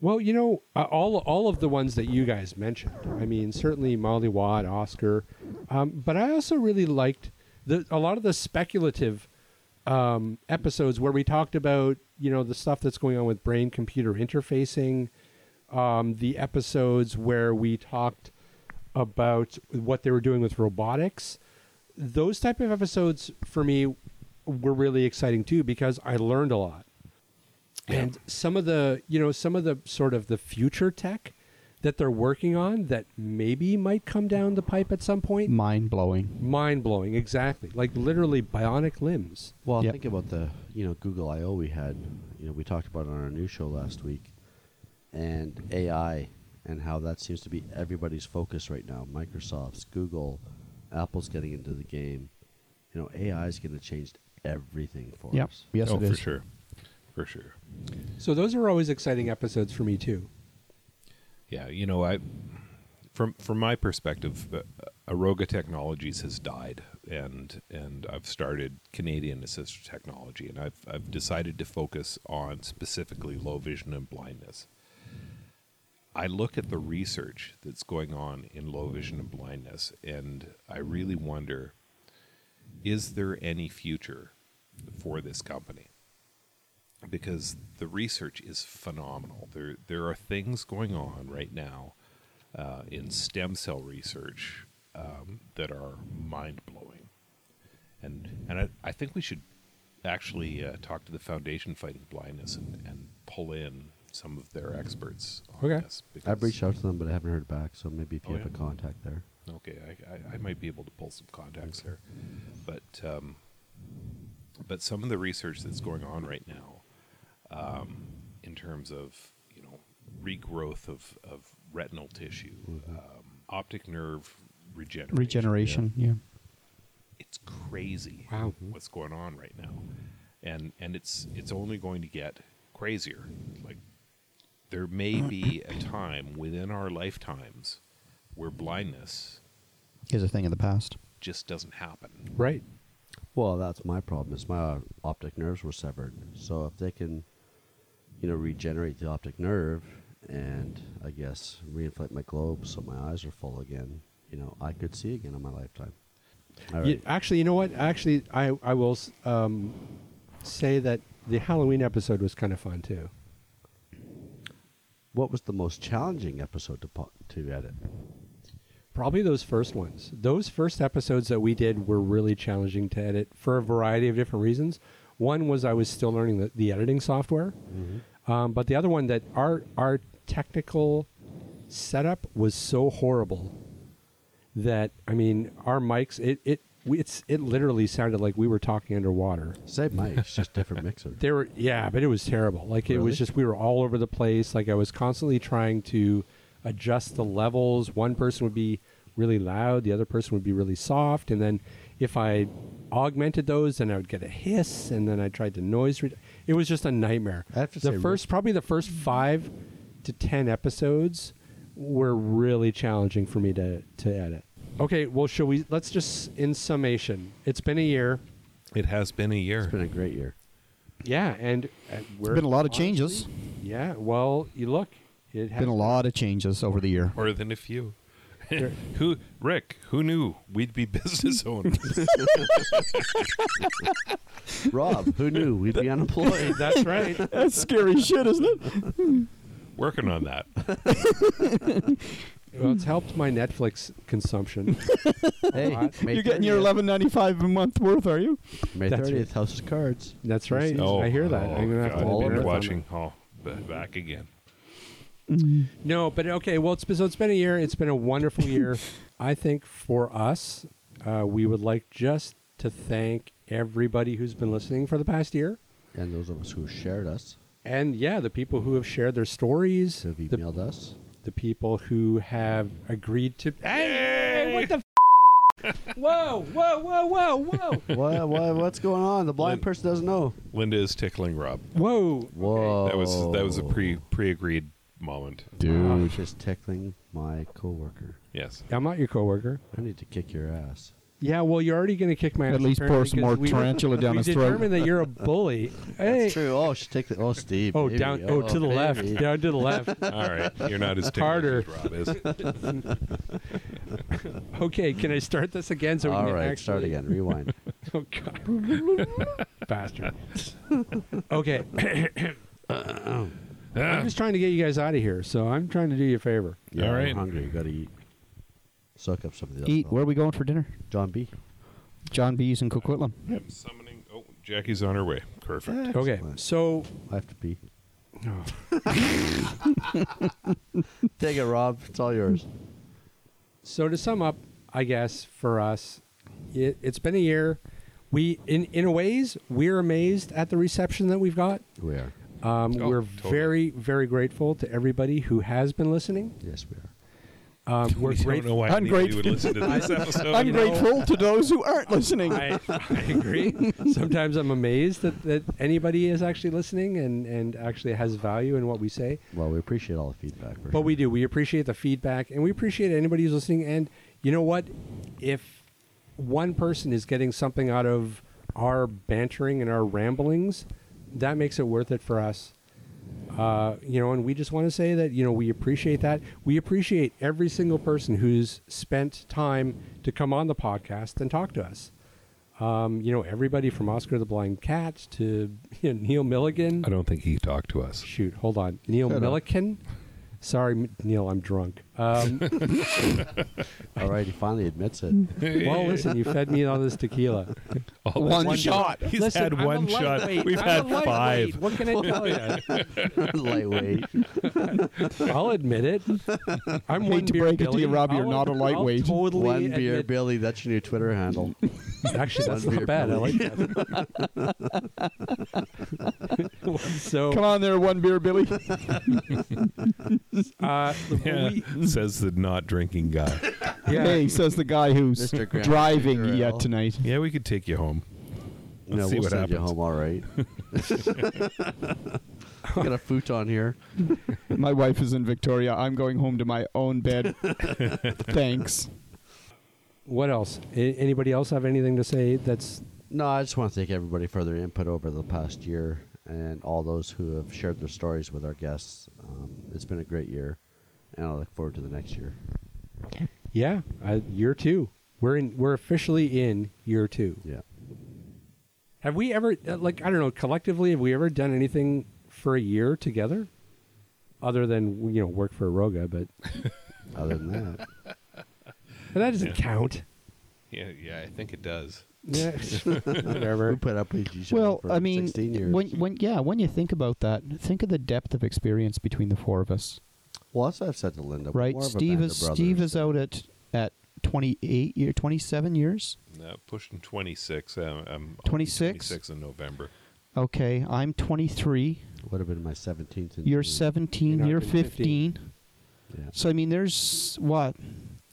[SPEAKER 3] well, you know, uh, all all of the ones that you guys mentioned. I mean, certainly Molly Watt, Oscar, um, but I also really liked the a lot of the speculative um, episodes where we talked about you know the stuff that's going on with brain computer interfacing. Um, the episodes where we talked about what they were doing with robotics. Those type of episodes for me were really exciting too because I learned a lot and some of the you know some of the sort of the future tech that they're working on that maybe might come down the pipe at some point
[SPEAKER 6] Mind blowing.
[SPEAKER 3] mind blowing exactly like literally bionic limbs
[SPEAKER 4] Well,
[SPEAKER 6] Yep.
[SPEAKER 4] think about the you know Google I/O we had. You know, we talked about it on our new show last week, and AI and how that seems to be everybody's focus right now. Microsoft's, Google, Apple's getting into the game. You know, AI is going to change everything for
[SPEAKER 6] Yep.
[SPEAKER 4] us.
[SPEAKER 6] Yes,
[SPEAKER 5] oh,
[SPEAKER 6] it is.
[SPEAKER 5] for sure, for sure.
[SPEAKER 3] so those are always exciting episodes for me too
[SPEAKER 5] Yeah, you know, I from from my perspective, uh, Aroga Technologies has died, and and I've started Canadian Assistive Technology, and I've I've decided to focus on specifically low vision and blindness. I look at the research that's going on in low vision and blindness, and I really wonder: is there any future for this company? because the research is phenomenal. There, there are things going on right now uh, in stem cell research um, that are mind blowing, and and I, I think we should actually uh, talk to the foundation fighting blindness and, and pull in some of their experts on
[SPEAKER 3] Okay.
[SPEAKER 5] this.
[SPEAKER 4] I've
[SPEAKER 5] because-
[SPEAKER 4] reached out to them, but I haven't heard back. So maybe if you
[SPEAKER 5] Oh,
[SPEAKER 4] have
[SPEAKER 5] yeah.
[SPEAKER 4] a contact there,
[SPEAKER 5] Okay, I, I, I might be able to pull some contacts there, but um, but some of the research that's going on right now, um, in terms of you know regrowth of, of retinal tissue, um, optic nerve regeneration,
[SPEAKER 6] Regeneration. Yeah.
[SPEAKER 5] it's crazy
[SPEAKER 3] Wow. Mm-hmm.
[SPEAKER 5] what's going on right now, and and it's it's only going to get crazier. Like there may be a time within our lifetimes where blindness
[SPEAKER 6] Is a thing of the past.
[SPEAKER 5] just doesn't happen.
[SPEAKER 3] right
[SPEAKER 4] well, that's my problem. Is my optic nerves were severed. So if they can, you know, regenerate the optic nerve and I guess reinflate my globe so my eyes are full again, you know, I could see again in my lifetime. All
[SPEAKER 3] Ye-
[SPEAKER 4] right.
[SPEAKER 3] actually you know what actually i, I will s- um, say that the halloween episode was kind of fun too
[SPEAKER 4] What was the most challenging episode to po- to edit?
[SPEAKER 3] Probably those first ones. Those first episodes that we did were really challenging to edit for a variety of different reasons. One was I was still learning the, the editing software, um, but the other one that our our technical setup was so horrible that I mean our mics it it we- it's it literally sounded like we were talking underwater.
[SPEAKER 4] Same mic, it's just different mixer.
[SPEAKER 3] They were yeah, but it was terrible. Like it
[SPEAKER 4] Really?
[SPEAKER 3] was just we were all over the place. Like I was constantly trying to adjust the levels. One person would be really loud, the other person would be really soft, and then if I augmented those, then I would get a hiss, and then I tried to noise. Re- it was just a nightmare.
[SPEAKER 4] I have to
[SPEAKER 3] the
[SPEAKER 4] say, Rick-
[SPEAKER 3] first probably the first five to ten episodes were really challenging for me to to edit. Okay, well, shall we? Let's just in summation. It's been a year.
[SPEAKER 5] It has been a year.
[SPEAKER 4] It's been a great year.
[SPEAKER 3] Yeah, and uh, we're
[SPEAKER 6] There's been a lot of
[SPEAKER 3] honestly-
[SPEAKER 6] changes.
[SPEAKER 3] yeah, well, you look. It has
[SPEAKER 6] Been a lot of changes over the year.
[SPEAKER 5] More than a few. who Rick? Who knew we'd be business owners?
[SPEAKER 4] Rob, who knew we'd be unemployed?
[SPEAKER 3] That's right.
[SPEAKER 7] That's scary shit, isn't it?
[SPEAKER 5] Working on that.
[SPEAKER 3] well, it's helped my Netflix consumption.
[SPEAKER 4] hey, May
[SPEAKER 7] You're getting your
[SPEAKER 4] 30th.
[SPEAKER 7] eleven ninety five a month worth, are you?
[SPEAKER 4] May
[SPEAKER 3] That's
[SPEAKER 4] thirtieth, House of Cards.
[SPEAKER 3] That's right.
[SPEAKER 5] Oh,
[SPEAKER 3] I hear that.
[SPEAKER 5] oh,
[SPEAKER 3] I'm gonna have
[SPEAKER 5] God,
[SPEAKER 3] to
[SPEAKER 5] I've
[SPEAKER 3] marathon
[SPEAKER 5] been
[SPEAKER 3] that.
[SPEAKER 5] watching. Oh, b- back again.
[SPEAKER 3] No, but okay. Well, it's been, so it's been a year. It's been a wonderful year. I think for us, uh, we would like just to thank everybody who's been listening for the past year,
[SPEAKER 4] And those of us who shared us,
[SPEAKER 3] and yeah, the people who have shared theho their stories,
[SPEAKER 4] who have
[SPEAKER 3] the
[SPEAKER 4] emailed us.
[SPEAKER 3] the people who have agreed to. Hey, what the? F- whoa, whoa, whoa, whoa, whoa,
[SPEAKER 4] what, what, what's going on? The blind person doesn't know.
[SPEAKER 5] Linda is tickling Rob.
[SPEAKER 3] whoa!
[SPEAKER 4] Whoa.
[SPEAKER 5] That was that was a pre
[SPEAKER 3] Oh.
[SPEAKER 5] pre agreed moment.
[SPEAKER 4] Dude. Just Oh, tickling my coworker.
[SPEAKER 5] Yes.
[SPEAKER 3] I'm not your coworker.
[SPEAKER 4] I need to kick your ass.
[SPEAKER 3] Yeah, well, you're already going to kick my ass.
[SPEAKER 7] At least pour
[SPEAKER 3] apparently,
[SPEAKER 7] some
[SPEAKER 3] 'cause
[SPEAKER 7] more
[SPEAKER 3] we,
[SPEAKER 7] tarantula down
[SPEAKER 3] we
[SPEAKER 7] his
[SPEAKER 3] determined
[SPEAKER 7] throat.
[SPEAKER 3] that you're a bully. hey.
[SPEAKER 4] That's true. Oh, she take the. Oh, Steve.
[SPEAKER 3] Oh,
[SPEAKER 4] baby.
[SPEAKER 3] down. Oh, to the
[SPEAKER 4] baby.
[SPEAKER 3] left. Down to the left.
[SPEAKER 5] All right. You're not as ticklish
[SPEAKER 3] Harder.
[SPEAKER 5] as Rob is.
[SPEAKER 3] Okay, can I start this again? So we
[SPEAKER 4] All
[SPEAKER 3] can
[SPEAKER 4] right,
[SPEAKER 3] actually...
[SPEAKER 4] start again. Rewind.
[SPEAKER 3] Oh God, bastard. okay, I'm just trying to get you guys out of here. So I'm trying to do you a favor.
[SPEAKER 4] Yeah,
[SPEAKER 5] All right.
[SPEAKER 4] I'm hungry. You gotta eat. Soak up some of the.
[SPEAKER 6] Eat.
[SPEAKER 4] alcohol.
[SPEAKER 6] Where are we going for dinner?
[SPEAKER 4] John B.
[SPEAKER 6] John B's in Coquitlam.
[SPEAKER 5] I'm summoning. Oh, Jackie's on her way. Perfect.
[SPEAKER 3] Okay, Oh. so
[SPEAKER 4] I have to pee. Take it, Rob. It's all yours.
[SPEAKER 3] So to sum up, I guess for us, it, it's been a year. We in in a ways we're amazed at the reception that we've got.
[SPEAKER 4] We are.
[SPEAKER 3] Um,
[SPEAKER 5] Oh,
[SPEAKER 3] we're
[SPEAKER 5] totally.
[SPEAKER 3] very very grateful to everybody who has been listening.
[SPEAKER 4] Yes, we are.
[SPEAKER 3] Um, we're
[SPEAKER 5] we don't know
[SPEAKER 3] grateful.
[SPEAKER 5] why anybody would
[SPEAKER 7] Ungrateful.
[SPEAKER 5] listen to this episode.
[SPEAKER 7] Ungrateful to those who aren't listening.
[SPEAKER 3] I, I agree. Sometimes I'm amazed that, that anybody is actually listening and, and actually has value in what we say.
[SPEAKER 4] Well, we appreciate all the feedback. For
[SPEAKER 3] But
[SPEAKER 4] sure.
[SPEAKER 3] we do. We appreciate the feedback, and we appreciate anybody who's listening. And you know what? If one person is getting something out of our bantering and our ramblings, that makes it worth it for us. Uh, you know, and we just want to say that you know we appreciate that. We appreciate every single person who's spent time to come on the podcast and talk to us. Um, you know, everybody from Oscar the Blind Cat to you know, Neil Milligan
[SPEAKER 5] I don't think he talked to us.
[SPEAKER 3] shoot, hold on. Neil Milliken? Sorry, M- Neil, I'm drunk. Um,
[SPEAKER 4] all right, he finally admits it.
[SPEAKER 3] Mm. well, listen, you fed me all this tequila.
[SPEAKER 5] One,
[SPEAKER 7] shot.
[SPEAKER 5] He's
[SPEAKER 3] Listen,
[SPEAKER 5] had
[SPEAKER 3] I'm a
[SPEAKER 5] one shot.
[SPEAKER 3] lightweight.
[SPEAKER 5] We've
[SPEAKER 3] I'm a
[SPEAKER 5] had
[SPEAKER 3] lightweight.
[SPEAKER 5] five.
[SPEAKER 3] What can I tell you?
[SPEAKER 4] Lightweight.
[SPEAKER 3] I'll admit it. I'm
[SPEAKER 7] Hate
[SPEAKER 3] one
[SPEAKER 7] to
[SPEAKER 3] beer
[SPEAKER 7] break it to
[SPEAKER 3] Billy.
[SPEAKER 7] you, Rob, you're
[SPEAKER 3] I'll-
[SPEAKER 7] not a
[SPEAKER 3] I'll
[SPEAKER 7] lightweight.
[SPEAKER 3] totally
[SPEAKER 4] One beer,
[SPEAKER 3] admit-
[SPEAKER 4] Billy. That's your new Twitter handle.
[SPEAKER 3] Actually, that's
[SPEAKER 4] One
[SPEAKER 3] not
[SPEAKER 4] beer,
[SPEAKER 3] bad. I
[SPEAKER 4] Billy.
[SPEAKER 3] like that. so,
[SPEAKER 7] Come on there, one beer, Billy.
[SPEAKER 3] uh,
[SPEAKER 5] Yeah.
[SPEAKER 3] we-
[SPEAKER 5] Says the not drinking guy.
[SPEAKER 3] yeah.
[SPEAKER 7] Hey, says the guy who's
[SPEAKER 4] Mr. Graham
[SPEAKER 7] driving
[SPEAKER 4] Carell.
[SPEAKER 7] yet tonight.
[SPEAKER 5] yeah, we could take you home. Let's
[SPEAKER 4] no,
[SPEAKER 5] see
[SPEAKER 4] we'll
[SPEAKER 5] what
[SPEAKER 4] send you
[SPEAKER 5] happens.
[SPEAKER 4] home. All right. Got a futon here.
[SPEAKER 7] My wife is in Victoria. I'm going home to my own bed. Thanks.
[SPEAKER 3] what else? A- anybody else have anything to say? That's
[SPEAKER 4] No, I just want to thank everybody for their input over the past year and all those who have shared their stories with our guests. Um, it's been a great year, and I look forward to the next year.
[SPEAKER 3] yeah, uh, year two. We're in. We're officially in year two.
[SPEAKER 4] Yeah.
[SPEAKER 3] Have we ever, uh, like, I don't know, collectively, have we ever done anything for a year together? Other than, you know, work for Roga, but
[SPEAKER 4] Other than that,
[SPEAKER 3] but that doesn't count.
[SPEAKER 5] Yeah, yeah, I think it does.
[SPEAKER 3] Yeah.
[SPEAKER 4] we
[SPEAKER 3] Whatever.
[SPEAKER 4] put up with each other
[SPEAKER 6] Well,
[SPEAKER 4] for
[SPEAKER 6] I mean,
[SPEAKER 4] 16 years.
[SPEAKER 6] when when yeah, when you think about that, think of the depth of experience between the four of us,
[SPEAKER 4] well, that's what I've said to Linda. we're
[SPEAKER 6] right?
[SPEAKER 4] more of a
[SPEAKER 6] Steve
[SPEAKER 4] band
[SPEAKER 6] is
[SPEAKER 4] of brothers
[SPEAKER 6] Steve is
[SPEAKER 4] than-
[SPEAKER 6] out at at 28 year, 27 years.
[SPEAKER 5] No, pushing 26. Um, I'm I'll be
[SPEAKER 6] 26?
[SPEAKER 5] 26 in November.
[SPEAKER 6] Okay, I'm 23.
[SPEAKER 4] Would have been my 17th. and
[SPEAKER 6] You're
[SPEAKER 4] junior.
[SPEAKER 6] 17.
[SPEAKER 3] You're not
[SPEAKER 6] You're
[SPEAKER 3] even 15.
[SPEAKER 6] 15.
[SPEAKER 4] Yeah.
[SPEAKER 6] So I mean, there's what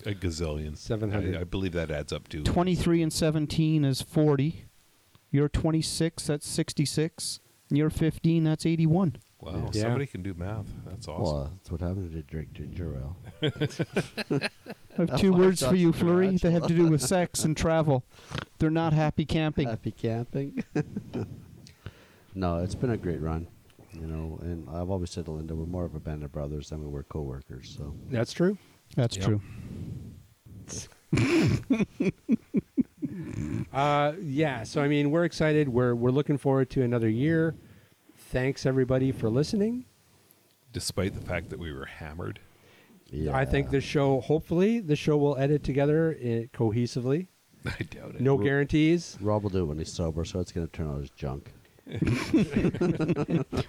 [SPEAKER 5] A gazillion.
[SPEAKER 3] 700.
[SPEAKER 5] I, I believe that adds up to
[SPEAKER 6] 23 and 17 is 40. You're 26. That's 66. And you're 15. That's 81.
[SPEAKER 5] Wow,
[SPEAKER 3] Yeah.
[SPEAKER 5] somebody can do math. That's awesome.
[SPEAKER 4] Well, that's what happened to drink ginger ale.
[SPEAKER 6] I have two words for
[SPEAKER 4] thought
[SPEAKER 6] you,
[SPEAKER 4] you were
[SPEAKER 6] Flurry. They have to do with sex and travel. They're not happy camping.
[SPEAKER 4] Happy camping. no, it's been a great run. You know, and I've always said to Linda, we're more of a band of brothers than we were coworkers. So
[SPEAKER 3] That's true.
[SPEAKER 6] That's true.
[SPEAKER 3] Uh, yeah, so I mean, we're excited. We're, we're looking forward to another year. Thanks, everybody, for listening.
[SPEAKER 5] Despite the fact that we were hammered.
[SPEAKER 4] yeah.
[SPEAKER 3] I think this show, hopefully, the show will edit together it, cohesively.
[SPEAKER 5] I doubt it.
[SPEAKER 3] No guarantees.
[SPEAKER 4] Rob will do it when he's sober, so it's going to turn out as junk.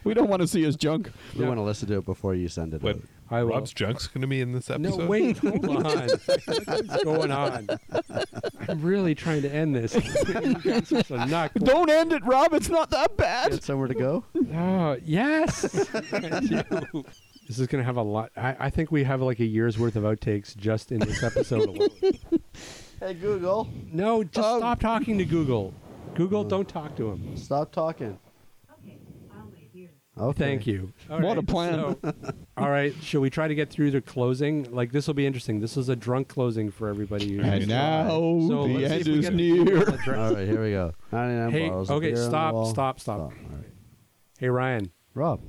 [SPEAKER 7] We don't want to see his junk.
[SPEAKER 4] We
[SPEAKER 3] Yeah.
[SPEAKER 4] want to listen to it before you send it
[SPEAKER 5] But
[SPEAKER 4] out.
[SPEAKER 3] I will.
[SPEAKER 5] Rob's junk's going to be in this
[SPEAKER 3] No,
[SPEAKER 5] episode.
[SPEAKER 3] wait, hold on. What's going on? I'm really trying to end this. you guys are so not cool.
[SPEAKER 7] Don't end it, Rob. It's not that bad.
[SPEAKER 4] Got somewhere to go?
[SPEAKER 3] Oh, yes. this is going to have a lot. I, I think we have like a year's worth of outtakes just in this episode alone.
[SPEAKER 4] hey, Google,
[SPEAKER 3] No, just stop talking to Google. Google, don't talk to him.
[SPEAKER 4] stop talking.
[SPEAKER 8] Okay, I'll wait here.
[SPEAKER 4] Okay.
[SPEAKER 3] Thank you. All
[SPEAKER 7] What a
[SPEAKER 3] right,
[SPEAKER 7] plan.
[SPEAKER 3] so- all right, shall we try to get through the closing? Like this will be interesting. This is a drunk closing for everybody. who's
[SPEAKER 7] And now
[SPEAKER 3] So
[SPEAKER 7] the
[SPEAKER 3] let's see
[SPEAKER 7] end
[SPEAKER 3] if we
[SPEAKER 7] is
[SPEAKER 3] get-
[SPEAKER 7] near.
[SPEAKER 4] All right, here we go. 99
[SPEAKER 3] Hey,
[SPEAKER 4] bottles of
[SPEAKER 3] okay,
[SPEAKER 4] beer on the
[SPEAKER 3] stop,
[SPEAKER 4] wall.
[SPEAKER 3] stop, stop.
[SPEAKER 4] All right.
[SPEAKER 3] Hey Ryan,
[SPEAKER 4] Rob,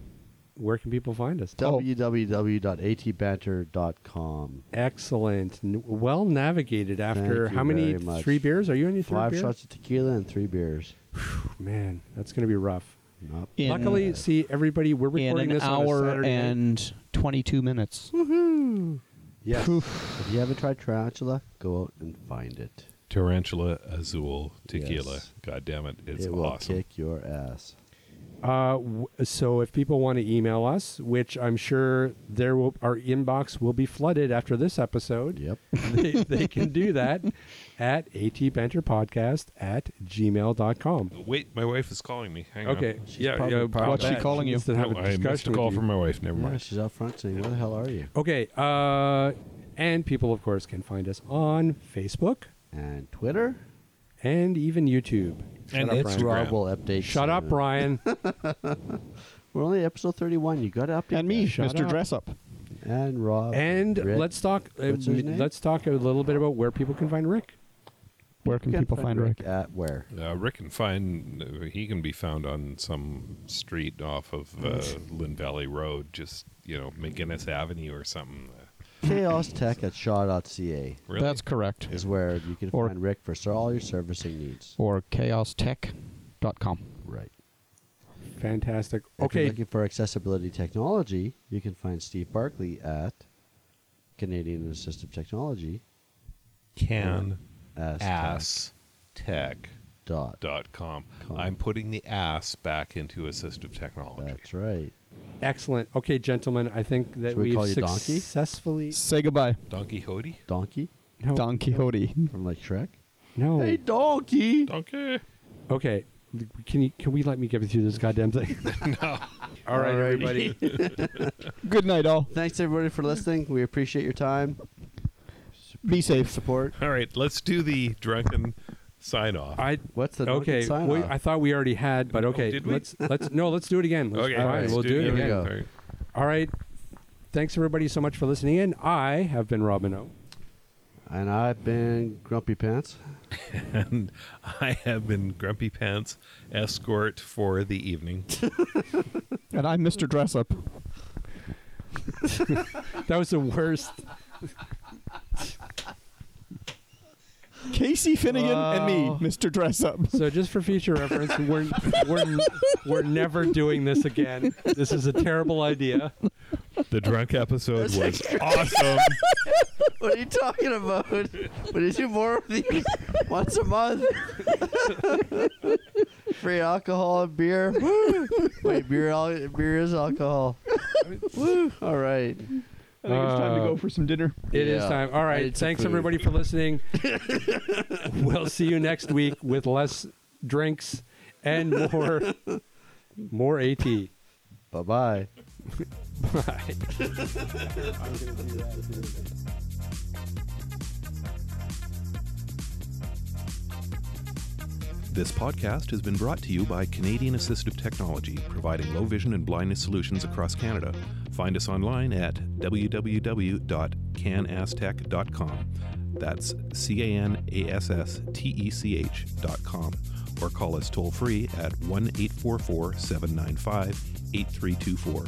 [SPEAKER 3] where can people find us?
[SPEAKER 7] Oh.
[SPEAKER 4] www.atbanter.com.
[SPEAKER 3] Excellent. N- Well navigated after
[SPEAKER 4] Thank you
[SPEAKER 3] how many?
[SPEAKER 4] very much.
[SPEAKER 3] Three beers? Are you on your third
[SPEAKER 4] Five
[SPEAKER 3] beer?
[SPEAKER 4] shots of tequila and three beers.
[SPEAKER 3] Man, that's going to be rough.
[SPEAKER 4] Nope.
[SPEAKER 6] In-
[SPEAKER 3] Luckily, see, everybody, we're
[SPEAKER 6] in
[SPEAKER 3] recording
[SPEAKER 6] an
[SPEAKER 3] this on a
[SPEAKER 6] hour
[SPEAKER 3] Saturday. night.
[SPEAKER 6] and 22 minutes.
[SPEAKER 3] Yes.
[SPEAKER 4] If you haven't tried tarantula, go out and find it.
[SPEAKER 5] Tarantula Azul Tequila.
[SPEAKER 4] Yes.
[SPEAKER 5] God damn it. It's
[SPEAKER 4] it will
[SPEAKER 5] awesome.
[SPEAKER 4] kick your ass.
[SPEAKER 3] Uh, w- so if people want to email us, which I'm sure there will, our inbox will be flooded after this episode.
[SPEAKER 4] Yep.
[SPEAKER 3] they, they can do that at atbanterpodcast at gmail.com.
[SPEAKER 5] Wait, my wife is calling me. Hang on.
[SPEAKER 3] Okay.
[SPEAKER 5] yeah,
[SPEAKER 3] probably-
[SPEAKER 5] yeah.
[SPEAKER 3] probably
[SPEAKER 7] What's she
[SPEAKER 3] bad.
[SPEAKER 7] calling you?
[SPEAKER 3] needs to have a
[SPEAKER 5] No, I missed a
[SPEAKER 3] discussion
[SPEAKER 5] call
[SPEAKER 3] with you.
[SPEAKER 5] from my wife. Never
[SPEAKER 4] Yeah,
[SPEAKER 5] mind.
[SPEAKER 4] she's out front saying, "Where the hell are you?"
[SPEAKER 3] Okay. Uh, and people, of course, can find us on Facebook
[SPEAKER 4] And Twitter.
[SPEAKER 3] and even YouTube. Shut
[SPEAKER 5] And
[SPEAKER 3] up,
[SPEAKER 5] it's
[SPEAKER 3] Ryan.
[SPEAKER 5] Rob.
[SPEAKER 4] We'll update.
[SPEAKER 3] Shut up,
[SPEAKER 4] soon.
[SPEAKER 3] Brian.
[SPEAKER 4] Oh, We're only episode thirty-one. You got to update.
[SPEAKER 7] And me,
[SPEAKER 4] that.
[SPEAKER 3] Shut
[SPEAKER 7] Mr.
[SPEAKER 3] up.
[SPEAKER 7] Dress Up.
[SPEAKER 4] and Rob
[SPEAKER 3] and
[SPEAKER 4] Rick.
[SPEAKER 3] let's talk. Uh,
[SPEAKER 4] What's his name?
[SPEAKER 3] let's talk a little bit about where people can find Rick.
[SPEAKER 7] Where can
[SPEAKER 4] Can't
[SPEAKER 7] people find Rick?
[SPEAKER 4] at where?
[SPEAKER 5] Uh, Rick can find uh, he can be found on some street off of uh, Lynn Valley Road, just you know McGinnis Avenue or something. Uh,
[SPEAKER 4] Chaos Tech at Shaw.ca
[SPEAKER 5] Really?
[SPEAKER 7] That's correct.
[SPEAKER 4] is where you can
[SPEAKER 7] Or-
[SPEAKER 4] find Rick for ser- all your servicing needs.
[SPEAKER 7] Or chaostech.com.
[SPEAKER 4] Right.
[SPEAKER 3] Fantastic.
[SPEAKER 4] If you're
[SPEAKER 3] Okay.
[SPEAKER 4] looking for accessibility technology, you can find Steve Barkley at Canadian Assistive Technology
[SPEAKER 5] can
[SPEAKER 4] as
[SPEAKER 5] ass tech
[SPEAKER 4] dot.
[SPEAKER 5] dot com.
[SPEAKER 4] Com.
[SPEAKER 5] I'm putting the ass back into assistive technology.
[SPEAKER 4] That's right.
[SPEAKER 3] Excellent. Okay, gentlemen. I think that
[SPEAKER 4] Should we
[SPEAKER 3] we've
[SPEAKER 4] call you Donkey?
[SPEAKER 3] successfully.
[SPEAKER 7] Say goodbye.
[SPEAKER 5] Don Quixote.
[SPEAKER 4] Donkey
[SPEAKER 3] No,
[SPEAKER 7] Don Quixote.
[SPEAKER 4] from like Shrek.
[SPEAKER 3] No.
[SPEAKER 4] Hey, donkey.
[SPEAKER 5] Donkey.
[SPEAKER 3] Okay. Can you can we let me get through this goddamn thing?
[SPEAKER 5] no.
[SPEAKER 3] All right, everybody.
[SPEAKER 7] Good night, all.
[SPEAKER 4] Thanks everybody for listening. We appreciate your time,
[SPEAKER 7] Be safe.
[SPEAKER 4] support.
[SPEAKER 5] All right. Let's do the drunken sign off.
[SPEAKER 3] I
[SPEAKER 4] What's the donkey
[SPEAKER 3] okay.
[SPEAKER 4] sign
[SPEAKER 3] we-
[SPEAKER 4] off?
[SPEAKER 3] I thought we already had, but okay.
[SPEAKER 5] did we?
[SPEAKER 3] let's let's no. Let's do it again. Let's-
[SPEAKER 5] okay.
[SPEAKER 3] all right,
[SPEAKER 5] let's
[SPEAKER 3] we'll do it
[SPEAKER 4] Here we
[SPEAKER 3] again.
[SPEAKER 4] go.
[SPEAKER 5] All right.
[SPEAKER 3] All right. Thanks everybody so much for listening in. I have been Robin O.
[SPEAKER 4] and I've been Grumpy Pants.
[SPEAKER 5] And I have been Grumpy Pants escort for the evening.
[SPEAKER 7] And I'm Mr. Dress Up.
[SPEAKER 3] That was the worst.
[SPEAKER 7] Casey Finnegan and
[SPEAKER 4] Wow.
[SPEAKER 7] me, Mr. Dress Up.
[SPEAKER 3] So just for future reference, we're we're we're never doing this again. This is a terrible idea.
[SPEAKER 5] The drunk episode was awesome.
[SPEAKER 4] What are you talking about? What is you more of these once a month? Free alcohol and beer. Woo. Wait, beer, al- beer is alcohol. Woo. All right.
[SPEAKER 7] I think it's time to
[SPEAKER 3] Uh,
[SPEAKER 7] go for some dinner.
[SPEAKER 3] It is
[SPEAKER 4] Yeah.
[SPEAKER 3] time. All right.
[SPEAKER 4] It's a
[SPEAKER 3] Thanks
[SPEAKER 4] food.
[SPEAKER 3] everybody for listening. we'll see you next week with less drinks and more more AT.
[SPEAKER 4] Bye bye.
[SPEAKER 3] Bye.
[SPEAKER 5] This podcast has been brought to you by Canadian Assistive Technology, providing low vision and blindness solutions across Canada. Find us online at www.canastech.com. That's C A N A S S T E C H dot com. Or call us toll free at 1 844 795 8324.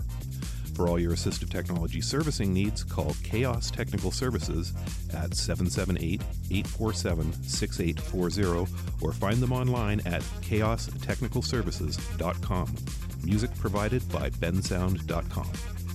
[SPEAKER 5] For all your assistive technology servicing needs, call Chaos Technical Services at 778 847 6840 or find them online at chaostechnicalservices.com. Music provided by bensound.com.